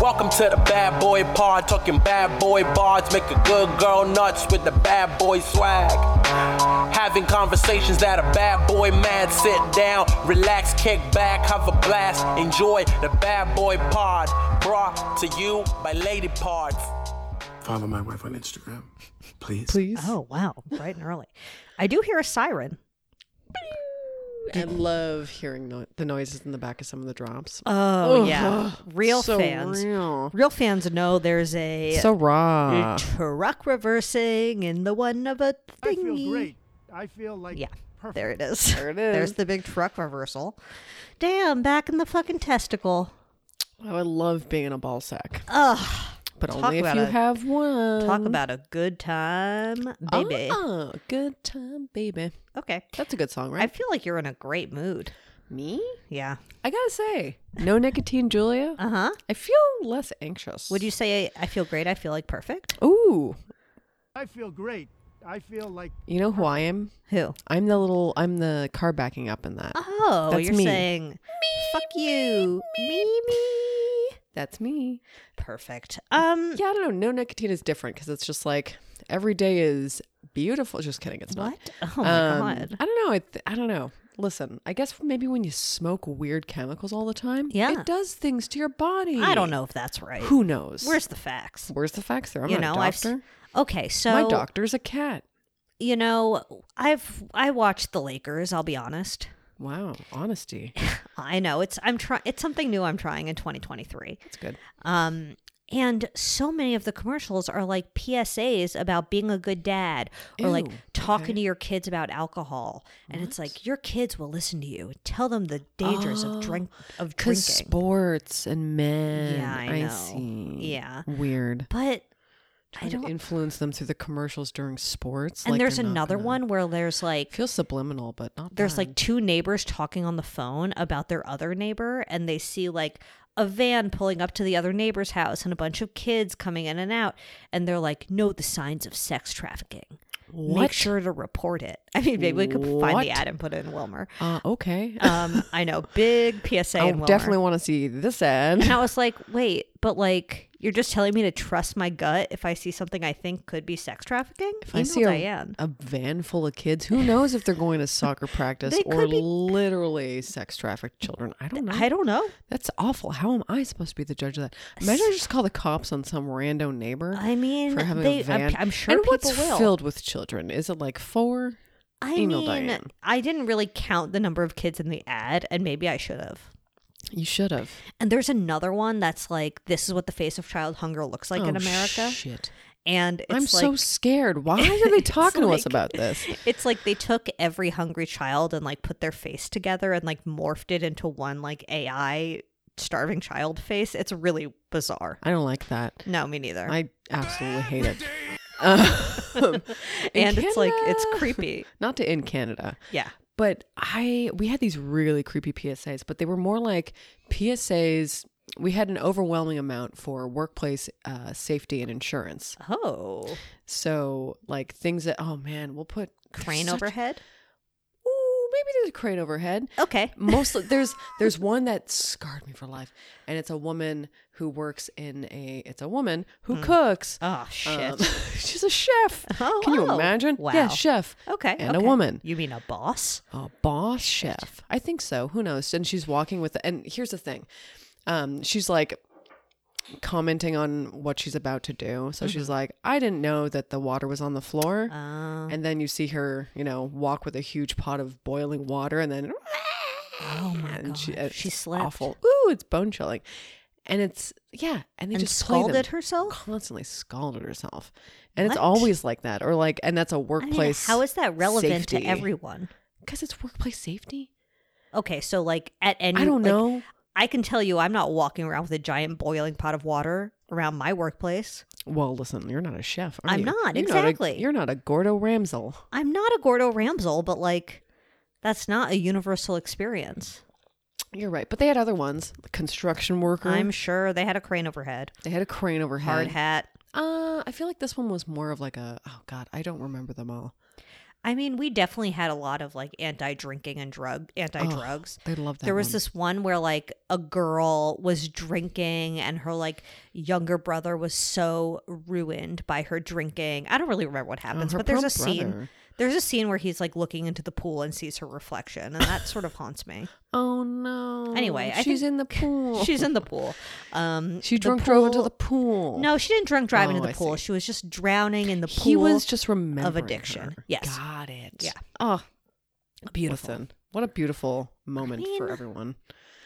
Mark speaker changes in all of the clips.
Speaker 1: Welcome to the bad boy pod, talking bad boy bards, make a good girl nuts with the bad boy swag. Having conversations that a bad boy mad, sit down, relax, kick back, have a blast, enjoy the bad boy pod, brought to you by Lady Parts.
Speaker 2: Follow my wife on Instagram, please.
Speaker 3: please.
Speaker 4: Oh wow, bright and early. I do hear a siren. Oh,
Speaker 3: And love hearing no- the noises in the back of some of the drops.
Speaker 4: Oh
Speaker 3: Ugh,
Speaker 4: yeah, real
Speaker 3: so
Speaker 4: fans.
Speaker 3: real.
Speaker 4: Real fans know there's a
Speaker 3: So uh, raw.
Speaker 4: truck reversing in the one of a
Speaker 5: I
Speaker 4: thingy.
Speaker 5: feel great. I feel like
Speaker 4: Yeah,
Speaker 5: perfect.
Speaker 4: there it is.
Speaker 3: There it
Speaker 4: There's
Speaker 3: is.
Speaker 4: the big truck reversal. Damn, back in the fucking testicle.
Speaker 3: Oh, I love being in a ball sack,
Speaker 4: Ugh.
Speaker 3: but
Speaker 4: Talk
Speaker 3: only if
Speaker 4: about
Speaker 3: you
Speaker 4: a-
Speaker 3: have one.
Speaker 4: Talk about a good time, baby.
Speaker 3: Oh, good time, baby.
Speaker 4: Okay.
Speaker 3: That's a good song,
Speaker 4: I
Speaker 3: right?
Speaker 4: feel like you're in a great mood.
Speaker 3: Me?
Speaker 4: Yeah.
Speaker 3: I gotta say, no nicotine, Julia.
Speaker 4: Uh huh.
Speaker 3: I feel less anxious.
Speaker 4: Would you say I feel great? I feel like perfect.
Speaker 3: Ooh,
Speaker 5: I feel great. I feel like
Speaker 3: you know who I am?
Speaker 4: Who?
Speaker 3: I'm the little. I'm the car backing up in that.
Speaker 4: Oh,
Speaker 3: That's
Speaker 4: you're
Speaker 3: me.
Speaker 4: saying fuck you, me, me.
Speaker 3: That's me.
Speaker 4: Perfect. Um,
Speaker 3: Yeah, I don't know. No nicotine is different because it's just like every day is beautiful. Just kidding, it's not.
Speaker 4: what? Oh my
Speaker 3: Um,
Speaker 4: god.
Speaker 3: I don't know. I, th- I don't know. Listen, I guess maybe when you smoke weird chemicals all the time,
Speaker 4: Yeah.
Speaker 3: it does things to your body.
Speaker 4: I don't know if that's right.
Speaker 3: Who knows?
Speaker 4: Where's the facts?
Speaker 3: Where's the facts there? I'm
Speaker 4: you
Speaker 3: not
Speaker 4: know,
Speaker 3: a
Speaker 4: I've s-
Speaker 3: doctor.
Speaker 4: okay. So
Speaker 3: My doctor's a cat.
Speaker 4: You know, I've I watched the Lakers. I'll be honest.
Speaker 3: Wow, honesty.
Speaker 4: I know it's I'm trying. It's something new I'm trying in 2023.
Speaker 3: That's good.
Speaker 4: Um, and so many of the commercials are like PSAs about being a good dad or like
Speaker 3: Ew,
Speaker 4: talking
Speaker 3: okay.
Speaker 4: to your kids about alcohol. And it's like your kids will listen to you. Tell them the dangers of drink of
Speaker 3: Because
Speaker 4: drinking.
Speaker 3: sports and men.
Speaker 4: Yeah, I know.
Speaker 3: see.
Speaker 4: Yeah.
Speaker 3: Weird.
Speaker 4: but I
Speaker 3: Trying to
Speaker 4: don't.
Speaker 3: influence them through the commercials during sports.
Speaker 4: And
Speaker 3: like
Speaker 4: there's
Speaker 3: they're not
Speaker 4: another
Speaker 3: gonna-
Speaker 4: one where there's like
Speaker 3: Feels subliminal, but not.
Speaker 4: there's like
Speaker 3: bad.
Speaker 4: two neighbors talking on the phone about their other neighbor and they see like a van pulling up to the other neighbor's house and a bunch of kids coming in and out and they're like know the signs of sex trafficking make
Speaker 3: What?
Speaker 4: sure to report it i mean maybe we could find the
Speaker 3: What?
Speaker 4: ad and put it in wilmer
Speaker 3: Uh, okay.
Speaker 4: um i know big psa
Speaker 3: I
Speaker 4: in wilmer
Speaker 3: definitely want to see this ad.
Speaker 4: and i was like wait but like you're just telling me to trust my gut if i see something i think could be sex trafficking
Speaker 3: If
Speaker 4: Email
Speaker 3: I see a,
Speaker 4: diane
Speaker 3: a van full of kids, who knows if they're going to soccer practice
Speaker 4: They
Speaker 3: or
Speaker 4: could be-
Speaker 3: literally sex trafficked children? I don't know.
Speaker 4: i don't know
Speaker 3: That's awful. How am I supposed to be the judge of that? Imagine I just call the cops on some rando neighbor.
Speaker 4: I mean,
Speaker 3: for having
Speaker 4: they- I'm-
Speaker 3: a van.
Speaker 4: I'm sure
Speaker 3: and what's
Speaker 4: people will.
Speaker 3: filled with children? Is it like four?
Speaker 4: I
Speaker 3: Email
Speaker 4: mean,
Speaker 3: Diane.
Speaker 4: I didn't really count the number of kids in the ad, and maybe I should have.
Speaker 3: You should have.
Speaker 4: And there's another one that's like, this is what the face of child hunger looks like in
Speaker 3: Oh,
Speaker 4: America,
Speaker 3: Shit.
Speaker 4: and it's
Speaker 3: I'm
Speaker 4: like,
Speaker 3: so scared. Why are they
Speaker 4: it's
Speaker 3: talking to us
Speaker 4: like-
Speaker 3: about this?
Speaker 4: It's like they took every hungry child and like put their face together and like morphed it into one like AI starving child face. It's really bizarre.
Speaker 3: I don't like that.
Speaker 4: No, me neither.
Speaker 3: I absolutely hate it. Um, in
Speaker 4: and it's like it's
Speaker 3: Canada-
Speaker 4: creepy.
Speaker 3: Not to in Canada.
Speaker 4: Yeah.
Speaker 3: But I we had these really creepy PSAs, but they were more like PSAs. We had an overwhelming amount for workplace uh, safety and insurance.
Speaker 4: Oh,
Speaker 3: So like things that oh man, we'll put there's
Speaker 4: crane
Speaker 3: such-
Speaker 4: overhead.
Speaker 3: Ooh, maybe there's a crane overhead.
Speaker 4: Okay.
Speaker 3: Mostly there's there's one that scarred me for life, and it's a woman who works in a it's a woman who cooks.
Speaker 4: Oh shit.
Speaker 3: Um, she's a chef.
Speaker 4: Oh,
Speaker 3: Can you
Speaker 4: oh,
Speaker 3: imagine?
Speaker 4: wow.
Speaker 3: Yeah, chef.
Speaker 4: okay.
Speaker 3: And a
Speaker 4: okay.
Speaker 3: woman.
Speaker 4: You mean a boss?
Speaker 3: A boss chef. I think so. Who knows? And she's walking with and here's the thing. Um, she's like commenting on what she's about to do.
Speaker 4: Mm-hmm.
Speaker 3: So she's like, I didn't know that the water was on the floor.
Speaker 4: Oh.
Speaker 3: and then you see her, you know, walk with a huge pot of boiling water and then
Speaker 4: Oh my
Speaker 3: and uh,
Speaker 4: god, she,
Speaker 3: it's
Speaker 4: slept
Speaker 3: Awful. Ooh, it's bone chilling. And it's yeah, and they
Speaker 4: and
Speaker 3: just play them.
Speaker 4: scalded herself.
Speaker 3: Constantly scalded herself, and
Speaker 4: What?
Speaker 3: it's always like that, or like, and that's a
Speaker 4: I mean,
Speaker 3: workplace.
Speaker 4: how is that relevant
Speaker 3: safety.
Speaker 4: to everyone?
Speaker 3: Because it's workplace safety.
Speaker 4: Okay, so like at any,
Speaker 3: I don't
Speaker 4: like,
Speaker 3: know.
Speaker 4: I can tell you, I'm not walking around with a giant boiling pot of water around my workplace.
Speaker 3: Well, listen, you're not a chef. Are
Speaker 4: I'm
Speaker 3: you?
Speaker 4: not,
Speaker 3: You're
Speaker 4: exactly.
Speaker 3: a, you're not a Gordo Ramsel.
Speaker 4: I'm not a Gordo Ramsel, but like, that's not a universal experience.
Speaker 3: You're right, but they had other ones. Construction worker.
Speaker 4: I'm sure they had a crane overhead,
Speaker 3: they had a crane overhead.
Speaker 4: hard hat.
Speaker 3: Uh, I feel like this one was more of like a oh god, I don't remember them all.
Speaker 4: I mean, we definitely had a lot of like anti drinking and drug anti drugs.
Speaker 3: they love that
Speaker 4: There was
Speaker 3: one.
Speaker 4: this one where like a girl was drinking and her like younger brother was so ruined by her drinking. I don't really remember what happens,
Speaker 3: Oh, her
Speaker 4: but there's
Speaker 3: poor
Speaker 4: a scene.
Speaker 3: brother.
Speaker 4: There's a scene where he's like looking into the pool and sees her reflection, and that sort of haunts me.
Speaker 3: Oh no.
Speaker 4: Anyway, I
Speaker 3: she's
Speaker 4: think-
Speaker 3: in the pool.
Speaker 4: She's in the pool. Um,
Speaker 3: Oh. she
Speaker 4: the
Speaker 3: drunk drove into
Speaker 4: pool-
Speaker 3: the pool.
Speaker 4: No, she didn't drunk drive
Speaker 3: Oh,
Speaker 4: into
Speaker 3: I
Speaker 4: the pool.
Speaker 3: see.
Speaker 4: She was just drowning in the pool.
Speaker 3: he was just remembering
Speaker 4: addiction.
Speaker 3: her.
Speaker 4: Yes.
Speaker 3: got it.
Speaker 4: Yeah.
Speaker 3: Oh,
Speaker 4: beautiful.
Speaker 3: Listen, what a beautiful moment for
Speaker 4: mean-
Speaker 3: everyone.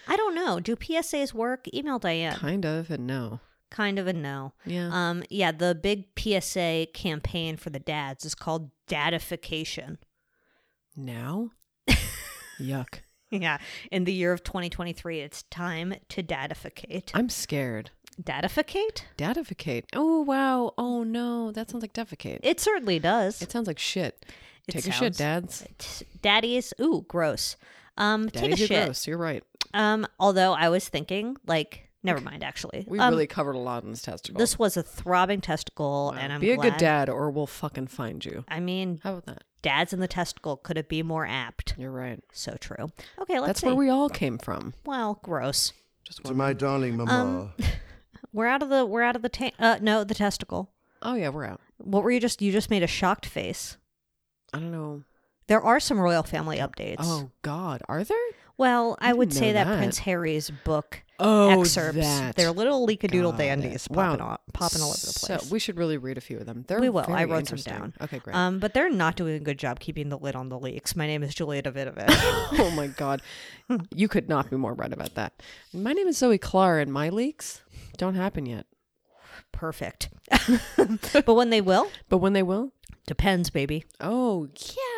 Speaker 4: I don't know. Do PSAs work? Email Diane.
Speaker 3: Kind of, and no.
Speaker 4: Kind of a no.
Speaker 3: Yeah.
Speaker 4: Um, yeah, the big PSA campaign for the dads is called datification.
Speaker 3: now. Yuck.
Speaker 4: Yeah, in the year of 2023, it's time to datificate.
Speaker 3: I'm scared.
Speaker 4: Datificate?
Speaker 3: Datificate. Oh wow. Oh no. That sounds like defecate.
Speaker 4: It certainly does.
Speaker 3: It sounds like shit.
Speaker 4: It
Speaker 3: Take a shit,
Speaker 4: sounds-
Speaker 3: dads.
Speaker 4: It's daddies, ooh, gross. Um,
Speaker 3: Daddies
Speaker 4: take a
Speaker 3: are
Speaker 4: shit.
Speaker 3: gross. You're right.
Speaker 4: Um, although I was thinking, like, never mind. Actually,
Speaker 3: We
Speaker 4: Um,
Speaker 3: really covered a lot in this testicle.
Speaker 4: this was a throbbing testicle,
Speaker 3: Wow.
Speaker 4: and I'm
Speaker 3: be a good
Speaker 4: glad-
Speaker 3: dad, or we'll fucking find you.
Speaker 4: I mean,
Speaker 3: How about that?
Speaker 4: dads in the testicle could it be more apt?
Speaker 3: You're right.
Speaker 4: So true. Okay, let's
Speaker 3: That's
Speaker 4: see.
Speaker 3: where we all came from.
Speaker 4: well, gross.
Speaker 3: Just
Speaker 6: To
Speaker 3: one.
Speaker 6: my darling
Speaker 4: Um,
Speaker 6: mama.
Speaker 4: We're out of the. We're out of the. Ta- uh, no, the testicle.
Speaker 3: Oh yeah, we're out.
Speaker 4: What were you just? You just made a shocked face.
Speaker 3: I don't know.
Speaker 4: There are some royal family updates.
Speaker 3: Oh God, are there?
Speaker 4: well, I,
Speaker 3: I
Speaker 4: would
Speaker 3: didn't
Speaker 4: say
Speaker 3: know
Speaker 4: that,
Speaker 3: that.
Speaker 4: Prince Harry's book
Speaker 3: Oh,
Speaker 4: excerpts.
Speaker 3: that.
Speaker 4: They're little leakadoodle
Speaker 3: Got
Speaker 4: dandies
Speaker 3: it.
Speaker 4: popping,
Speaker 3: Wow.
Speaker 4: on, popping all over the place.
Speaker 3: So we should really read a few of them. They're
Speaker 4: we will. I
Speaker 3: very
Speaker 4: wrote some
Speaker 3: interesting.
Speaker 4: down.
Speaker 3: Okay, great.
Speaker 4: Um, but they're not doing a good job keeping the lid on the leaks. My name is Julia Davidovich.
Speaker 3: oh my God, you could not be more right about that. My name is Zoe Clar, and my leaks don't happen yet,
Speaker 4: Perfect. but when they will,
Speaker 3: but when they will,
Speaker 4: depends, baby.
Speaker 3: oh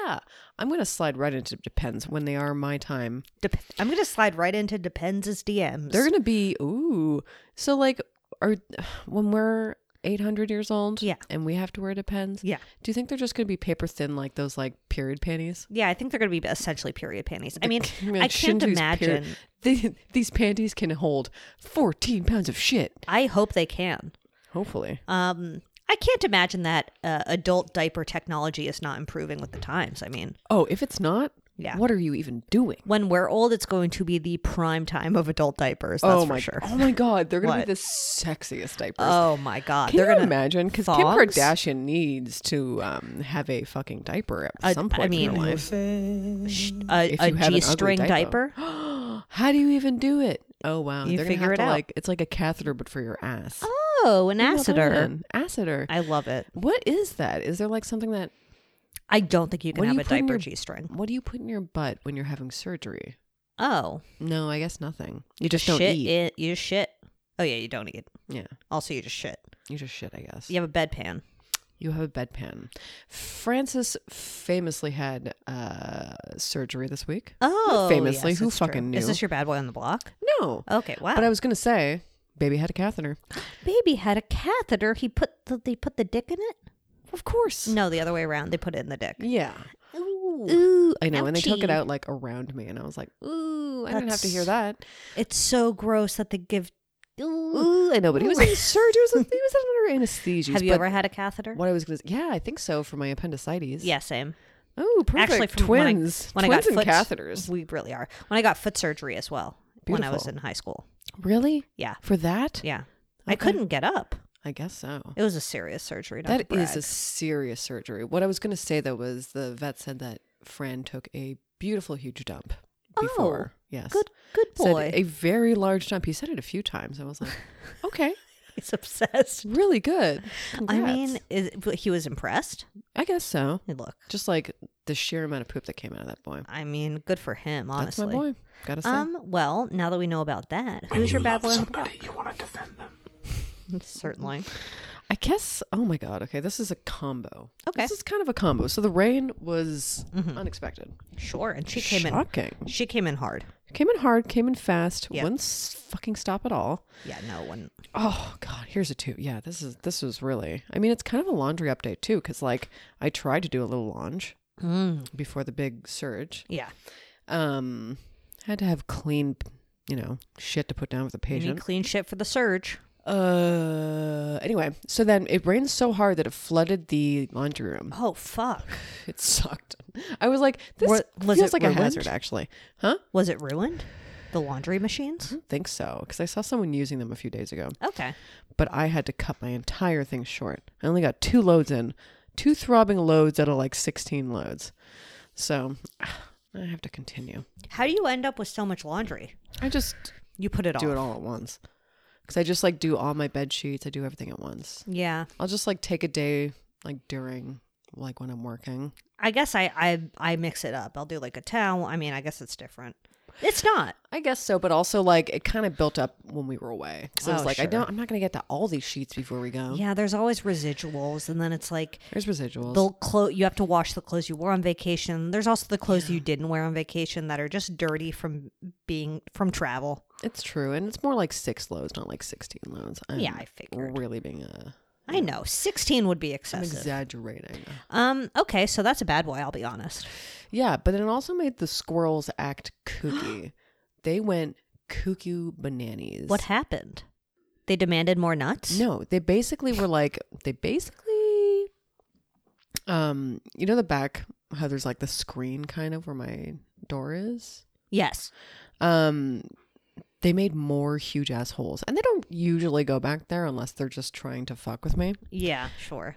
Speaker 3: yeah, I'm gonna slide right into depends when they are my time.
Speaker 4: Dep- I'm going to slide right into depends as DMs.
Speaker 3: They're gonna be ooh. So like, are when we're 800 years old,
Speaker 4: Yeah.
Speaker 3: and we have to wear depends,
Speaker 4: Yeah.
Speaker 3: Do you think they're just gonna be paper thin like those like period panties?
Speaker 4: Yeah, I think they're going to be essentially period panties. I mean,
Speaker 3: Man,
Speaker 4: I can't
Speaker 3: Shinju's
Speaker 4: imagine.
Speaker 3: period- The- these panties can hold 14 pounds of shit. Uh,
Speaker 4: I hope they can.
Speaker 3: Hopefully.
Speaker 4: Um, I can't imagine that uh, adult diaper technology is not improving with the times. I mean,
Speaker 3: Oh, if it's not,
Speaker 4: Yeah.
Speaker 3: what are you even doing?
Speaker 4: when we're old, it's going to be the prime time of adult diapers. That's
Speaker 3: oh
Speaker 4: for
Speaker 3: my,
Speaker 4: sure.
Speaker 3: oh my god, they're gonna
Speaker 4: What?
Speaker 3: be the sexiest diapers.
Speaker 4: Oh my god,
Speaker 3: Can
Speaker 4: they're
Speaker 3: you
Speaker 4: gonna
Speaker 3: imagine? Because Kim
Speaker 4: Thongs?
Speaker 3: Kardashian needs to um, have a fucking diaper at
Speaker 4: I-
Speaker 3: some
Speaker 4: I
Speaker 3: point in
Speaker 4: mean,
Speaker 3: her life.
Speaker 4: sh- a,
Speaker 3: If
Speaker 4: a
Speaker 3: you have an ugly
Speaker 4: g-string
Speaker 3: diaper.
Speaker 4: diaper.
Speaker 3: How do you even do it? Oh wow,
Speaker 4: You
Speaker 3: they're gonna
Speaker 4: figure
Speaker 3: have
Speaker 4: it
Speaker 3: to,
Speaker 4: out.
Speaker 3: Like it's like a catheter, but for your ass.
Speaker 4: Oh, an
Speaker 3: Well
Speaker 4: acider.
Speaker 3: done. Acider.
Speaker 4: I love it.
Speaker 3: What is that? Is there like something that?
Speaker 4: I don't think you can
Speaker 3: What do
Speaker 4: have
Speaker 3: you
Speaker 4: a
Speaker 3: put in
Speaker 4: diaper
Speaker 3: your-
Speaker 4: g-string.
Speaker 3: What do you put in your butt when you're having surgery?
Speaker 4: Oh,
Speaker 3: No, I guess nothing. You just don't
Speaker 4: shit!
Speaker 3: eat.
Speaker 4: It, you just shit. Oh yeah, you don't eat.
Speaker 3: yeah,
Speaker 4: Also, you just shit.
Speaker 3: you just shit. I guess.
Speaker 4: You have a bedpan.
Speaker 3: You have a bedpan. Francis famously had uh, surgery this week.
Speaker 4: Oh,
Speaker 3: famously,
Speaker 4: yes,
Speaker 3: who
Speaker 4: that's true.
Speaker 3: fucking
Speaker 4: Is
Speaker 3: knew?
Speaker 4: this your bad boy on the block?
Speaker 3: no.
Speaker 4: Okay, wow.
Speaker 3: But I was gonna say, baby had a catheter.
Speaker 4: baby had a catheter. He put the, they put the dick in it.
Speaker 3: Of course.
Speaker 4: No, the other way around. They put it in the dick.
Speaker 3: Yeah.
Speaker 4: Ooh,
Speaker 3: I know, and they took it
Speaker 4: ouchie.
Speaker 3: out like around me, and I was like, "Ooh, I didn't have to hear
Speaker 4: That's-
Speaker 3: that."
Speaker 4: It's so gross that they give. Ooh.
Speaker 3: Ooh, I know, but he was in surgery. He was, he was under anesthesia.
Speaker 4: Have you
Speaker 3: but
Speaker 4: ever had a catheter?
Speaker 3: What I was gonna, yeah, I think so for my appendicitis.
Speaker 4: Yeah, same.
Speaker 3: Oh, perfect.
Speaker 4: Actually, from
Speaker 3: twins,
Speaker 4: When I, when
Speaker 3: twins
Speaker 4: I got
Speaker 3: and
Speaker 4: foot,
Speaker 3: catheters.
Speaker 4: We really are. When I got foot surgery as well. When I was
Speaker 3: Beautiful.
Speaker 4: in high school.
Speaker 3: Really?
Speaker 4: Yeah,
Speaker 3: For that?
Speaker 4: yeah. I
Speaker 3: Okay.
Speaker 4: couldn't get up.
Speaker 3: I guess so.
Speaker 4: It was a serious surgery. Not
Speaker 3: That
Speaker 4: to
Speaker 3: is a
Speaker 4: brag.
Speaker 3: serious surgery. What I was going to say though was the vet said that Fran took a beautiful huge dump before. yes.
Speaker 4: Oh, good, good
Speaker 3: Said
Speaker 4: boy.
Speaker 3: a very large dump. He said it a few times. I was like, okay,
Speaker 4: He's obsessed.
Speaker 3: really good.
Speaker 4: I mean,
Speaker 3: Congrats.
Speaker 4: is, but he was impressed.
Speaker 3: I guess so.
Speaker 4: Look,
Speaker 3: Just like the sheer amount of poop that came out of that boy.
Speaker 4: I mean, good for him.
Speaker 3: That's
Speaker 4: Honestly,
Speaker 3: my boy. Gotta say.
Speaker 4: Um, well, now that we know about that, who's your bad boy? on the block?
Speaker 2: You want to defend them.
Speaker 4: Certainly.
Speaker 3: I guess. Oh my god. Okay, this is a combo.
Speaker 4: Okay.
Speaker 3: This is kind of a combo. So the rain was unexpected.
Speaker 4: Sure. And she came
Speaker 3: Shocking.
Speaker 4: in she came in hard.
Speaker 3: Came in hard. Came in fast.
Speaker 4: Yeah.
Speaker 3: Wouldn't s- fucking stop at all.
Speaker 4: Yeah, no one
Speaker 3: Oh god. Here's a two. Yeah. This is this was really. I mean, it's kind of a laundry update too, because like I tried to do a little launch
Speaker 4: Mm.
Speaker 3: before the big surge.
Speaker 4: Yeah.
Speaker 3: Um, had to have clean, you know, shit to put down with the
Speaker 4: You
Speaker 3: patient.
Speaker 4: need clean shit for the surge.
Speaker 3: Uh, anyway, so then it rained so hard that it flooded the laundry room.
Speaker 4: Oh fuck!
Speaker 3: It sucked. I was like, this
Speaker 4: Wa- was
Speaker 3: feels
Speaker 4: it
Speaker 3: like a
Speaker 4: ruined?
Speaker 3: hazard, actually. Huh?
Speaker 4: Was it ruined? The laundry machines?
Speaker 3: think so, because I saw someone using them a few days ago.
Speaker 4: Okay.
Speaker 3: But I had to cut my entire thing short. I only got two loads in, two throbbing loads out of like 16 loads. So I have to continue.
Speaker 4: How do you end up with so much laundry?
Speaker 3: I just
Speaker 4: You put it
Speaker 3: do
Speaker 4: off.
Speaker 3: it all at once. Because I just like do all my bed sheets, I do everything at once.
Speaker 4: Yeah.
Speaker 3: I'll just like take a day, like during, like when I'm working.
Speaker 4: I guess I I I mix it up. I'll do like a towel. I mean, I guess it's different. It's not.
Speaker 3: I guess so, but also like it kind of built up when we were away because I was
Speaker 4: Oh,
Speaker 3: like, I
Speaker 4: sure.
Speaker 3: don't, I'm not gonna get to all these sheets before we go.
Speaker 4: Yeah, there's always residuals, and then it's like
Speaker 3: there's residuals.
Speaker 4: the clo- you have to wash the clothes you wore on vacation. There's also the clothes you didn't wear on vacation that are just dirty from being from travel.
Speaker 3: it's true, and it's more like six loads, not like sixteen loads. I'm
Speaker 4: Yeah, I figured.
Speaker 3: Really being a
Speaker 4: I know. 16 would be
Speaker 3: I'm
Speaker 4: excessive.
Speaker 3: exaggerating.
Speaker 4: Um okay, so that's a bad boy, I'll be honest.
Speaker 3: Yeah, but it also made the squirrels act kooky. they went cuckoo bananas.
Speaker 4: What happened? They demanded more nuts?
Speaker 3: No, they basically were like they basically um you know the back how there's like the screen kind of where my door is?
Speaker 4: Yes.
Speaker 3: Um they made more huge assholes. And they don't usually go back there unless they're just trying to fuck with me.
Speaker 4: Yeah, sure.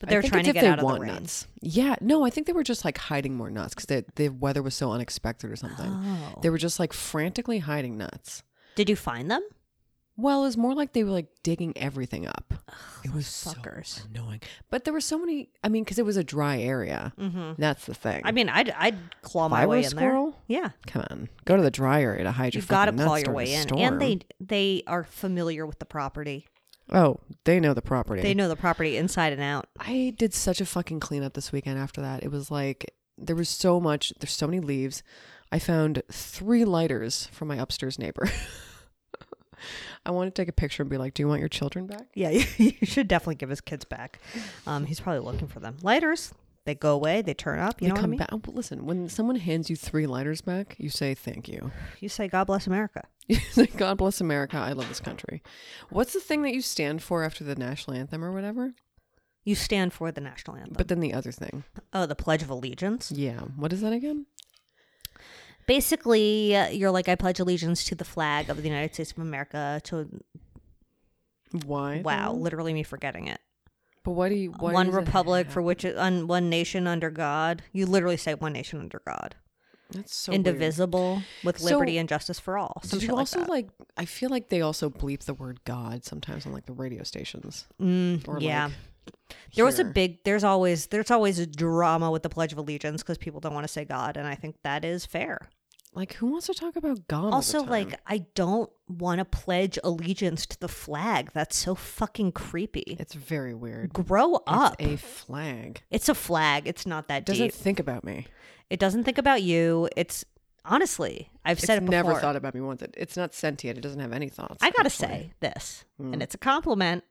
Speaker 4: But
Speaker 3: I
Speaker 4: they're
Speaker 3: think
Speaker 4: trying
Speaker 3: it's
Speaker 4: to
Speaker 3: if
Speaker 4: get
Speaker 3: they
Speaker 4: out of the
Speaker 3: want
Speaker 4: rain.
Speaker 3: nuts. Yeah, no, I think they were just like hiding more nuts because the the weather was so unexpected or something.
Speaker 4: Oh.
Speaker 3: They were just like frantically hiding nuts.
Speaker 4: Did you find them?
Speaker 3: Well, it was more like they were like digging everything up. it was so
Speaker 4: fuckers.
Speaker 3: annoying. But there were so many. I mean, because it was a dry area. Mm-hmm. That's the thing.
Speaker 4: I mean, I'd I'd claw
Speaker 3: If
Speaker 4: my
Speaker 3: I were
Speaker 4: way
Speaker 3: a
Speaker 4: in
Speaker 3: squirrel,
Speaker 4: there. Yeah.
Speaker 3: come on, go to the dry area to hide your.
Speaker 4: You've got to
Speaker 3: fucking
Speaker 4: claw
Speaker 3: nuts
Speaker 4: your
Speaker 3: during
Speaker 4: way
Speaker 3: a
Speaker 4: in,
Speaker 3: storm.
Speaker 4: and they they are familiar with the property.
Speaker 3: Oh, they know the property.
Speaker 4: They know the property inside and out.
Speaker 3: I did such a fucking cleanup this weekend. After that, it was like there was so much. There's so many leaves. I found three lighters from my upstairs neighbor. I want to take a picture and be like, "Do you want your children back?"
Speaker 4: Yeah, you, you should definitely give his kids back. Um, he's probably looking for them. Lighters, they go away, they turn up. You
Speaker 3: they
Speaker 4: know what I
Speaker 3: come
Speaker 4: mean?
Speaker 3: back. Well, Listen, when someone hands you three lighters back, you say thank you.
Speaker 4: You say, "God bless America."
Speaker 3: You say, God bless America. I love this country. What's the thing that you stand for after the national anthem or whatever?
Speaker 4: You stand for the national anthem.
Speaker 3: But then the other thing.
Speaker 4: oh, the Pledge of Allegiance.
Speaker 3: Yeah. What is that again?
Speaker 4: Basically, uh, you're like, "I pledge allegiance to the flag of the United States of America." To
Speaker 3: Why?
Speaker 4: wow,
Speaker 3: then?
Speaker 4: literally me forgetting it.
Speaker 3: But why do you? Why
Speaker 4: one
Speaker 3: does it
Speaker 4: republic for
Speaker 3: have-
Speaker 4: which on one nation under God. You literally say one nation under God,
Speaker 3: That's so weird.
Speaker 4: indivisible with
Speaker 3: So-
Speaker 4: liberty and justice for all. Some
Speaker 3: Did
Speaker 4: shit
Speaker 3: you also
Speaker 4: like,
Speaker 3: like, I feel like they also bleep the word God sometimes on like the radio stations.
Speaker 4: that. Mm,
Speaker 3: or,
Speaker 4: yeah.
Speaker 3: like,
Speaker 4: there was a
Speaker 3: here.
Speaker 4: big. There's always there's always a drama with the Pledge of Allegiance because people don't want to say God, and I think that is fair.
Speaker 3: Like, who wants to talk about God? all the
Speaker 4: also,
Speaker 3: time?
Speaker 4: like I don't want to pledge allegiance to the flag. That's so fucking creepy.
Speaker 3: it's very weird.
Speaker 4: Grow up.
Speaker 3: It's a flag.
Speaker 4: It's a flag. It's not that
Speaker 3: It doesn't
Speaker 4: deep.
Speaker 3: think about me.
Speaker 4: It doesn't think about you. It's honestly, I've said it
Speaker 3: it's
Speaker 4: before.
Speaker 3: never thought about me once. It, it's not sentient. It doesn't have any thoughts.
Speaker 4: I gotta
Speaker 3: actually.
Speaker 4: say this,
Speaker 3: Hmm.
Speaker 4: and it's a compliment.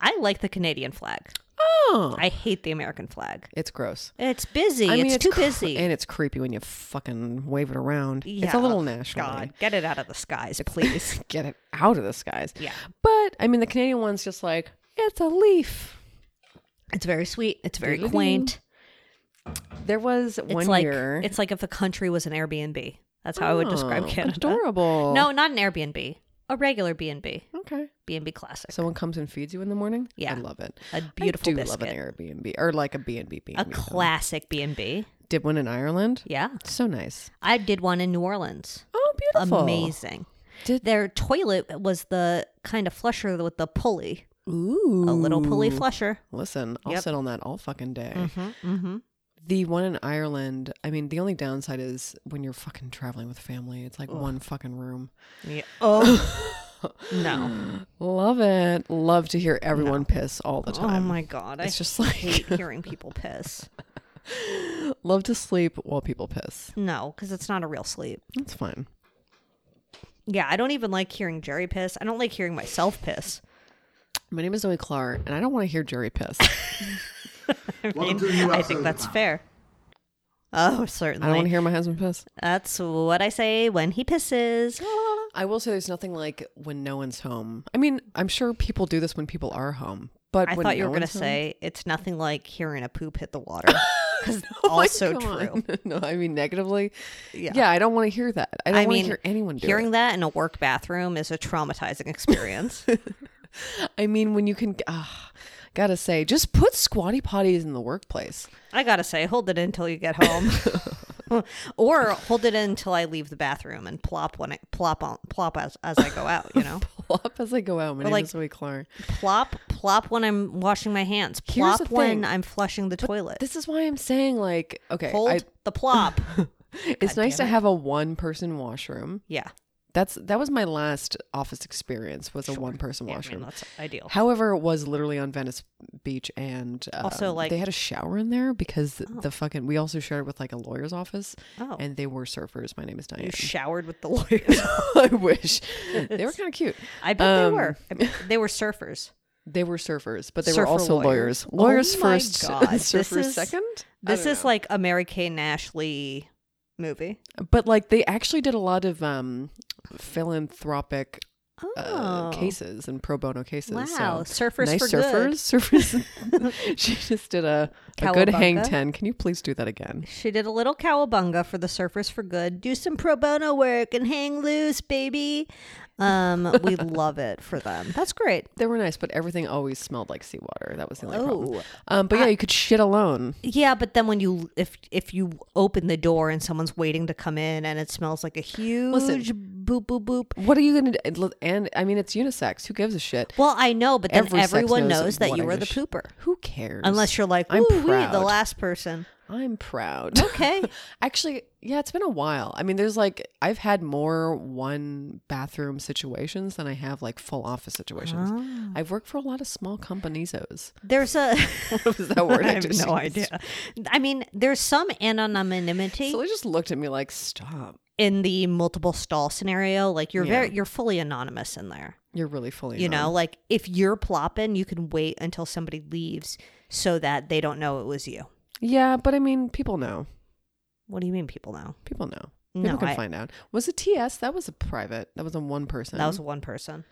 Speaker 4: I like the Canadian flag.
Speaker 3: oh,
Speaker 4: I hate the American flag.
Speaker 3: it's gross.
Speaker 4: It's busy.
Speaker 3: I mean,
Speaker 4: it's, too
Speaker 3: cr-
Speaker 4: busy.
Speaker 3: and it's creepy when you fucking wave it around. It's
Speaker 4: Yeah.
Speaker 3: a little national.
Speaker 4: God, get it out of the skies, please.
Speaker 3: Get it out of the skies.
Speaker 4: Yeah.
Speaker 3: but I mean, the Canadian one's just like it's a leaf.
Speaker 4: it's very sweet. It's very
Speaker 3: Doodle-doo.
Speaker 4: quaint.
Speaker 3: There was
Speaker 4: It's
Speaker 3: Mm-hmm. one
Speaker 4: like
Speaker 3: year.
Speaker 4: it's like if a country was an Airbnb. That's how I would describe
Speaker 3: Oh,
Speaker 4: Canada.
Speaker 3: Adorable.
Speaker 4: No, not an Airbnb. A regular B and B.
Speaker 3: Okay.
Speaker 4: B and B classic.
Speaker 3: Someone comes and feeds you in the morning.
Speaker 4: Yeah.
Speaker 3: I love it.
Speaker 4: A beautiful
Speaker 3: I do love an
Speaker 4: biscuit.
Speaker 3: Airbnb or like a B and B.
Speaker 4: a classic B and B.
Speaker 3: Did one in Ireland.
Speaker 4: Yeah,
Speaker 3: So nice.
Speaker 4: I did one in New Orleans.
Speaker 3: Oh, beautiful.
Speaker 4: Amazing.
Speaker 3: Did-
Speaker 4: Their toilet was the kind of flusher with the pulley,
Speaker 3: Ooh.
Speaker 4: a little pulley flusher.
Speaker 3: Listen, I'll
Speaker 4: Yep.
Speaker 3: sit on that all fucking day.
Speaker 4: Mm-hmm.
Speaker 3: The one in Ireland, I mean, the only downside is when you're fucking traveling with family, it's like one fucking room.
Speaker 4: Yeah. Oh no!
Speaker 3: Love it. Love to hear everyone piss all the
Speaker 4: Oh
Speaker 3: time.
Speaker 4: my god!
Speaker 3: It's
Speaker 4: I
Speaker 3: just like-
Speaker 4: hate hearing people piss.
Speaker 3: Love to sleep while people piss.
Speaker 4: No, because it's not a real sleep.
Speaker 3: That's fine.
Speaker 4: Yeah, I don't even like hearing Jerry piss. I don't like hearing myself piss.
Speaker 3: My name is Zoe Clark, and I don't want to hear Jerry piss.
Speaker 4: I, mean, I think that's fair. Oh,
Speaker 3: I don't want
Speaker 4: certainly.
Speaker 3: to hear my husband piss.
Speaker 4: that's what I say when he pisses.
Speaker 3: I will say there's nothing like when no one's home. I mean, I'm sure people do this when people are home, but
Speaker 4: I
Speaker 3: when
Speaker 4: thought you
Speaker 3: no
Speaker 4: were going to
Speaker 3: one's home-
Speaker 4: say it's nothing like hearing a poop hit the water. Because
Speaker 3: Oh my
Speaker 4: also
Speaker 3: God.
Speaker 4: true.
Speaker 3: no, I mean negatively.
Speaker 4: Yeah.
Speaker 3: Yeah, I don't want to hear that. I don't
Speaker 4: I
Speaker 3: want to
Speaker 4: mean,
Speaker 3: hear anyone do
Speaker 4: hearing
Speaker 3: it.
Speaker 4: that in a work bathroom is a traumatizing experience.
Speaker 3: I mean, when you can, uh, gotta say, just put squatty potties in the workplace.
Speaker 4: I gotta say, hold it in until you get home, or hold it in until I leave the bathroom and plop when I plop on plop as, as I go out. You know,
Speaker 3: Plop as I go out. My name
Speaker 4: like-
Speaker 3: is Zoe Clark.
Speaker 4: plop plop when I'm washing my hands.
Speaker 3: Here's
Speaker 4: Plop
Speaker 3: the
Speaker 4: when
Speaker 3: thing.
Speaker 4: I'm flushing the toilet.
Speaker 3: This is why I'm saying, like, okay,
Speaker 4: hold
Speaker 3: I,
Speaker 4: the plop.
Speaker 3: it's nice to
Speaker 4: damn it.
Speaker 3: have a one-person washroom.
Speaker 4: yeah,
Speaker 3: That's that was my last office experience was a
Speaker 4: sure.
Speaker 3: one-person
Speaker 4: Yeah, I mean,
Speaker 3: washroom.
Speaker 4: that's ideal.
Speaker 3: However, it was literally on Venice Beach, and um,
Speaker 4: Also, like-
Speaker 3: they had a shower in there because the fucking we also shared it with like a lawyer's office,
Speaker 4: Oh.
Speaker 3: and they were surfers. My name is Diane.
Speaker 4: you showered with the lawyers.
Speaker 3: I wish they were kind of cute.
Speaker 4: I bet
Speaker 3: Um,
Speaker 4: they were. I bet they were surfers.
Speaker 3: They were surfers, but they
Speaker 4: Surfer
Speaker 3: were also
Speaker 4: lawyers.
Speaker 3: lawyers.
Speaker 4: Oh
Speaker 3: Lawyers
Speaker 4: my
Speaker 3: first,
Speaker 4: God. This
Speaker 3: surfers
Speaker 4: is-
Speaker 3: second. I
Speaker 4: This
Speaker 3: don't
Speaker 4: is
Speaker 3: know.
Speaker 4: like a Mary Kay Ashley movie.
Speaker 3: but like they actually did a lot of um philanthropic
Speaker 4: Oh,
Speaker 3: uh, cases and pro bono cases.
Speaker 4: Wow,
Speaker 3: so.
Speaker 4: surfers
Speaker 3: nice
Speaker 4: for good.
Speaker 3: surfers, surfers. she just did a, a good hang
Speaker 4: Cowabunga.
Speaker 3: ten. Can you please do that again?
Speaker 4: She did a little cowabunga for the surfers for good. Do some pro bono work and hang loose, baby. Um, we love it for them. That's great.
Speaker 3: They were nice, but everything always smelled like seawater. That was the only
Speaker 4: Oh.
Speaker 3: problem. Um, but yeah, you could shit alone.
Speaker 4: Yeah, but then when you if if you open the door and someone's waiting to come in and it smells like a huge boop boop boop.
Speaker 3: What are you gonna do? And I mean, it's unisex. Who gives a shit?
Speaker 4: Well, I know, but then
Speaker 3: Every sex
Speaker 4: everyone knows,
Speaker 3: knows
Speaker 4: that
Speaker 3: what
Speaker 4: you
Speaker 3: I
Speaker 4: were the
Speaker 3: wish.
Speaker 4: pooper.
Speaker 3: Who cares?
Speaker 4: Unless you're like,
Speaker 3: I'm
Speaker 4: ooh, we
Speaker 3: proud.
Speaker 4: the last person.
Speaker 3: I'm proud.
Speaker 4: Okay.
Speaker 3: Actually, yeah, it's been a while. I mean, there's like I've had more one bathroom situations than I have like full office situations. I've worked for a lot of small companies.
Speaker 4: There's a
Speaker 3: What was that word?
Speaker 4: I have
Speaker 3: just
Speaker 4: no
Speaker 3: used?
Speaker 4: idea. I mean, there's some anonymity.
Speaker 3: So they just looked at me like, "Stop!
Speaker 4: in the multiple stall scenario, like you're
Speaker 3: Yeah.
Speaker 4: very you're fully anonymous in there.
Speaker 3: You're really fully."
Speaker 4: You
Speaker 3: numb."
Speaker 4: know, like if you're plopping, you can wait until somebody leaves so that they don't know it was you.
Speaker 3: Yeah, but I mean, people know.
Speaker 4: What do you mean people know?
Speaker 3: People know.
Speaker 4: No,
Speaker 3: People can
Speaker 4: I-
Speaker 3: find out. Was it TS? That was a private. That was a one person.
Speaker 4: That was one person.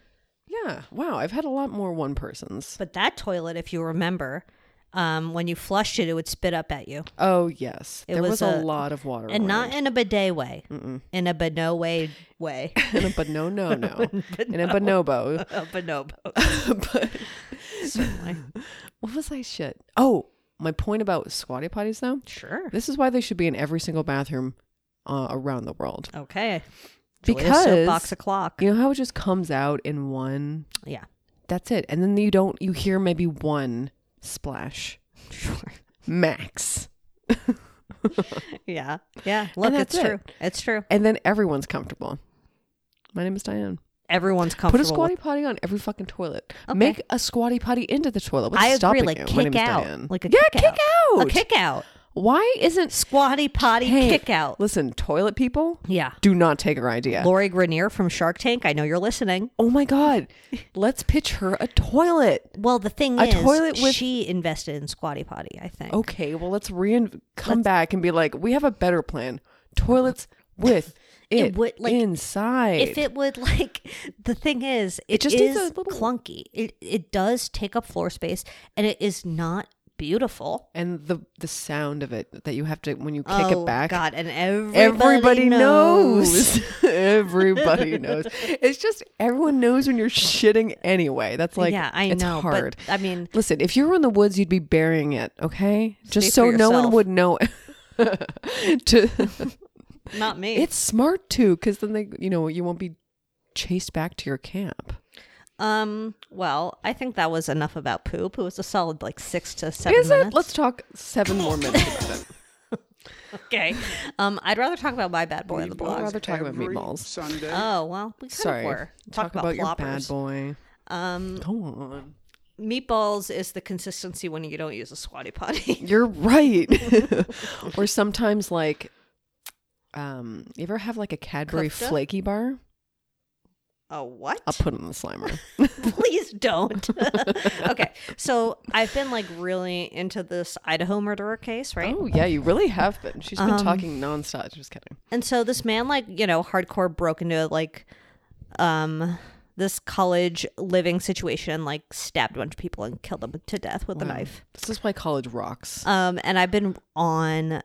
Speaker 3: yeah. Wow, I've had a lot more one persons.
Speaker 4: But that toilet, if you remember, um, when you flushed it, it would spit up at you.
Speaker 3: Oh yes,
Speaker 4: It
Speaker 3: there
Speaker 4: was
Speaker 3: was,
Speaker 4: a-
Speaker 3: a, lot of water,
Speaker 4: And not
Speaker 3: around.
Speaker 4: in a bidet way. In a bono way way.
Speaker 3: in a but no no Oh, no in a bonobo.
Speaker 4: a bonobo.
Speaker 3: but
Speaker 4: Certainly.
Speaker 3: what was I shit? Oh, my point about squatty potties though.
Speaker 4: Sure.
Speaker 3: This is why they should be in every single bathroom uh, around the world
Speaker 4: Okay.
Speaker 3: because
Speaker 4: box o'clock.
Speaker 3: you know how it just comes out in one.
Speaker 4: yeah.
Speaker 3: That's it, and then you don't you hear maybe one splash
Speaker 4: Sure.
Speaker 3: max,
Speaker 4: Yeah. Yeah. Look,
Speaker 3: that's
Speaker 4: it's
Speaker 3: it.
Speaker 4: true. It's true.
Speaker 3: and then everyone's comfortable. My name is Diane.
Speaker 4: Everyone's
Speaker 3: Put
Speaker 4: comfortable.
Speaker 3: a squatty
Speaker 4: with-
Speaker 3: potty on every fucking toilet.
Speaker 4: Okay.
Speaker 3: Make a squatty potty into the toilet. What's
Speaker 4: I agree.
Speaker 3: stopping
Speaker 4: Like
Speaker 3: you? My name
Speaker 4: kick
Speaker 3: is
Speaker 4: out.
Speaker 3: Diane.
Speaker 4: Like a
Speaker 3: yeah,
Speaker 4: kick,
Speaker 3: out.
Speaker 4: A kick out.
Speaker 3: Why isn't
Speaker 4: Squatty potty
Speaker 3: Hey,
Speaker 4: kick out.
Speaker 3: Listen, toilet people,
Speaker 4: Yeah.
Speaker 3: do not take her idea.
Speaker 4: Lori Grenier from Shark Tank. I know you're listening.
Speaker 3: oh my god, let's pitch her a toilet.
Speaker 4: Well, the thing
Speaker 3: A
Speaker 4: is,
Speaker 3: toilet with-
Speaker 4: she invested in squatty potty. I think.
Speaker 3: Okay, well let's rein come back and be like, we have a better plan. Toilets with
Speaker 4: It
Speaker 3: it,
Speaker 4: would, like,
Speaker 3: inside.
Speaker 4: If it would like, the thing is, it,
Speaker 3: just
Speaker 4: is
Speaker 3: needs a little-
Speaker 4: clunky. It it does take up floor space, and it is not beautiful.
Speaker 3: and the the sound of it that you have to when you kick
Speaker 4: oh
Speaker 3: it back.
Speaker 4: God! And everybody,
Speaker 3: Everybody
Speaker 4: knows.
Speaker 3: knows. everybody knows. It's just everyone knows when you're shitting anyway. That's like
Speaker 4: yeah, I
Speaker 3: it's
Speaker 4: know.
Speaker 3: hard.
Speaker 4: But, I mean,
Speaker 3: Listen, if you were in the woods, you'd be burying it, okay?
Speaker 4: Speak
Speaker 3: Just so
Speaker 4: for
Speaker 3: no one
Speaker 4: yourself.
Speaker 3: would know. to,
Speaker 4: not me.
Speaker 3: it's smart too, because then they, you know, you won't be chased back to your camp.
Speaker 4: Um. Well, I think that was enough about poop. It was a solid like six to seven
Speaker 3: Is
Speaker 4: minutes.
Speaker 3: it? Let's talk seven more minutes about it.
Speaker 4: Okay. Um. I'd rather talk about my bad boy on the
Speaker 3: I'd
Speaker 4: blog.
Speaker 3: rather talk about
Speaker 2: Every
Speaker 3: meatballs.
Speaker 2: Sunday.
Speaker 4: Oh well, we kind
Speaker 3: Sorry.
Speaker 4: of were.
Speaker 3: Talk, about, your bad
Speaker 4: floppers.
Speaker 3: boy.
Speaker 4: Um,
Speaker 3: Go on.
Speaker 4: meatballs is the consistency when you don't use a squatty potty.
Speaker 3: You're right. or sometimes like, um, you ever have like a Cadbury
Speaker 4: Kofta?
Speaker 3: flaky bar?
Speaker 4: a what?
Speaker 3: I'll put it in the slimer.
Speaker 4: Please don't. okay. So I've been like really into this Idaho murderer case, right?
Speaker 3: Oh yeah, you really have been. She's been
Speaker 4: Um,
Speaker 3: talking nonstop. Just kidding.
Speaker 4: And so this man, like, you know, hardcore broke into like um this college living situation like stabbed a bunch of people and killed them to death with a
Speaker 3: Wow.
Speaker 4: knife.
Speaker 3: This is why college rocks.
Speaker 4: Um, and I've been on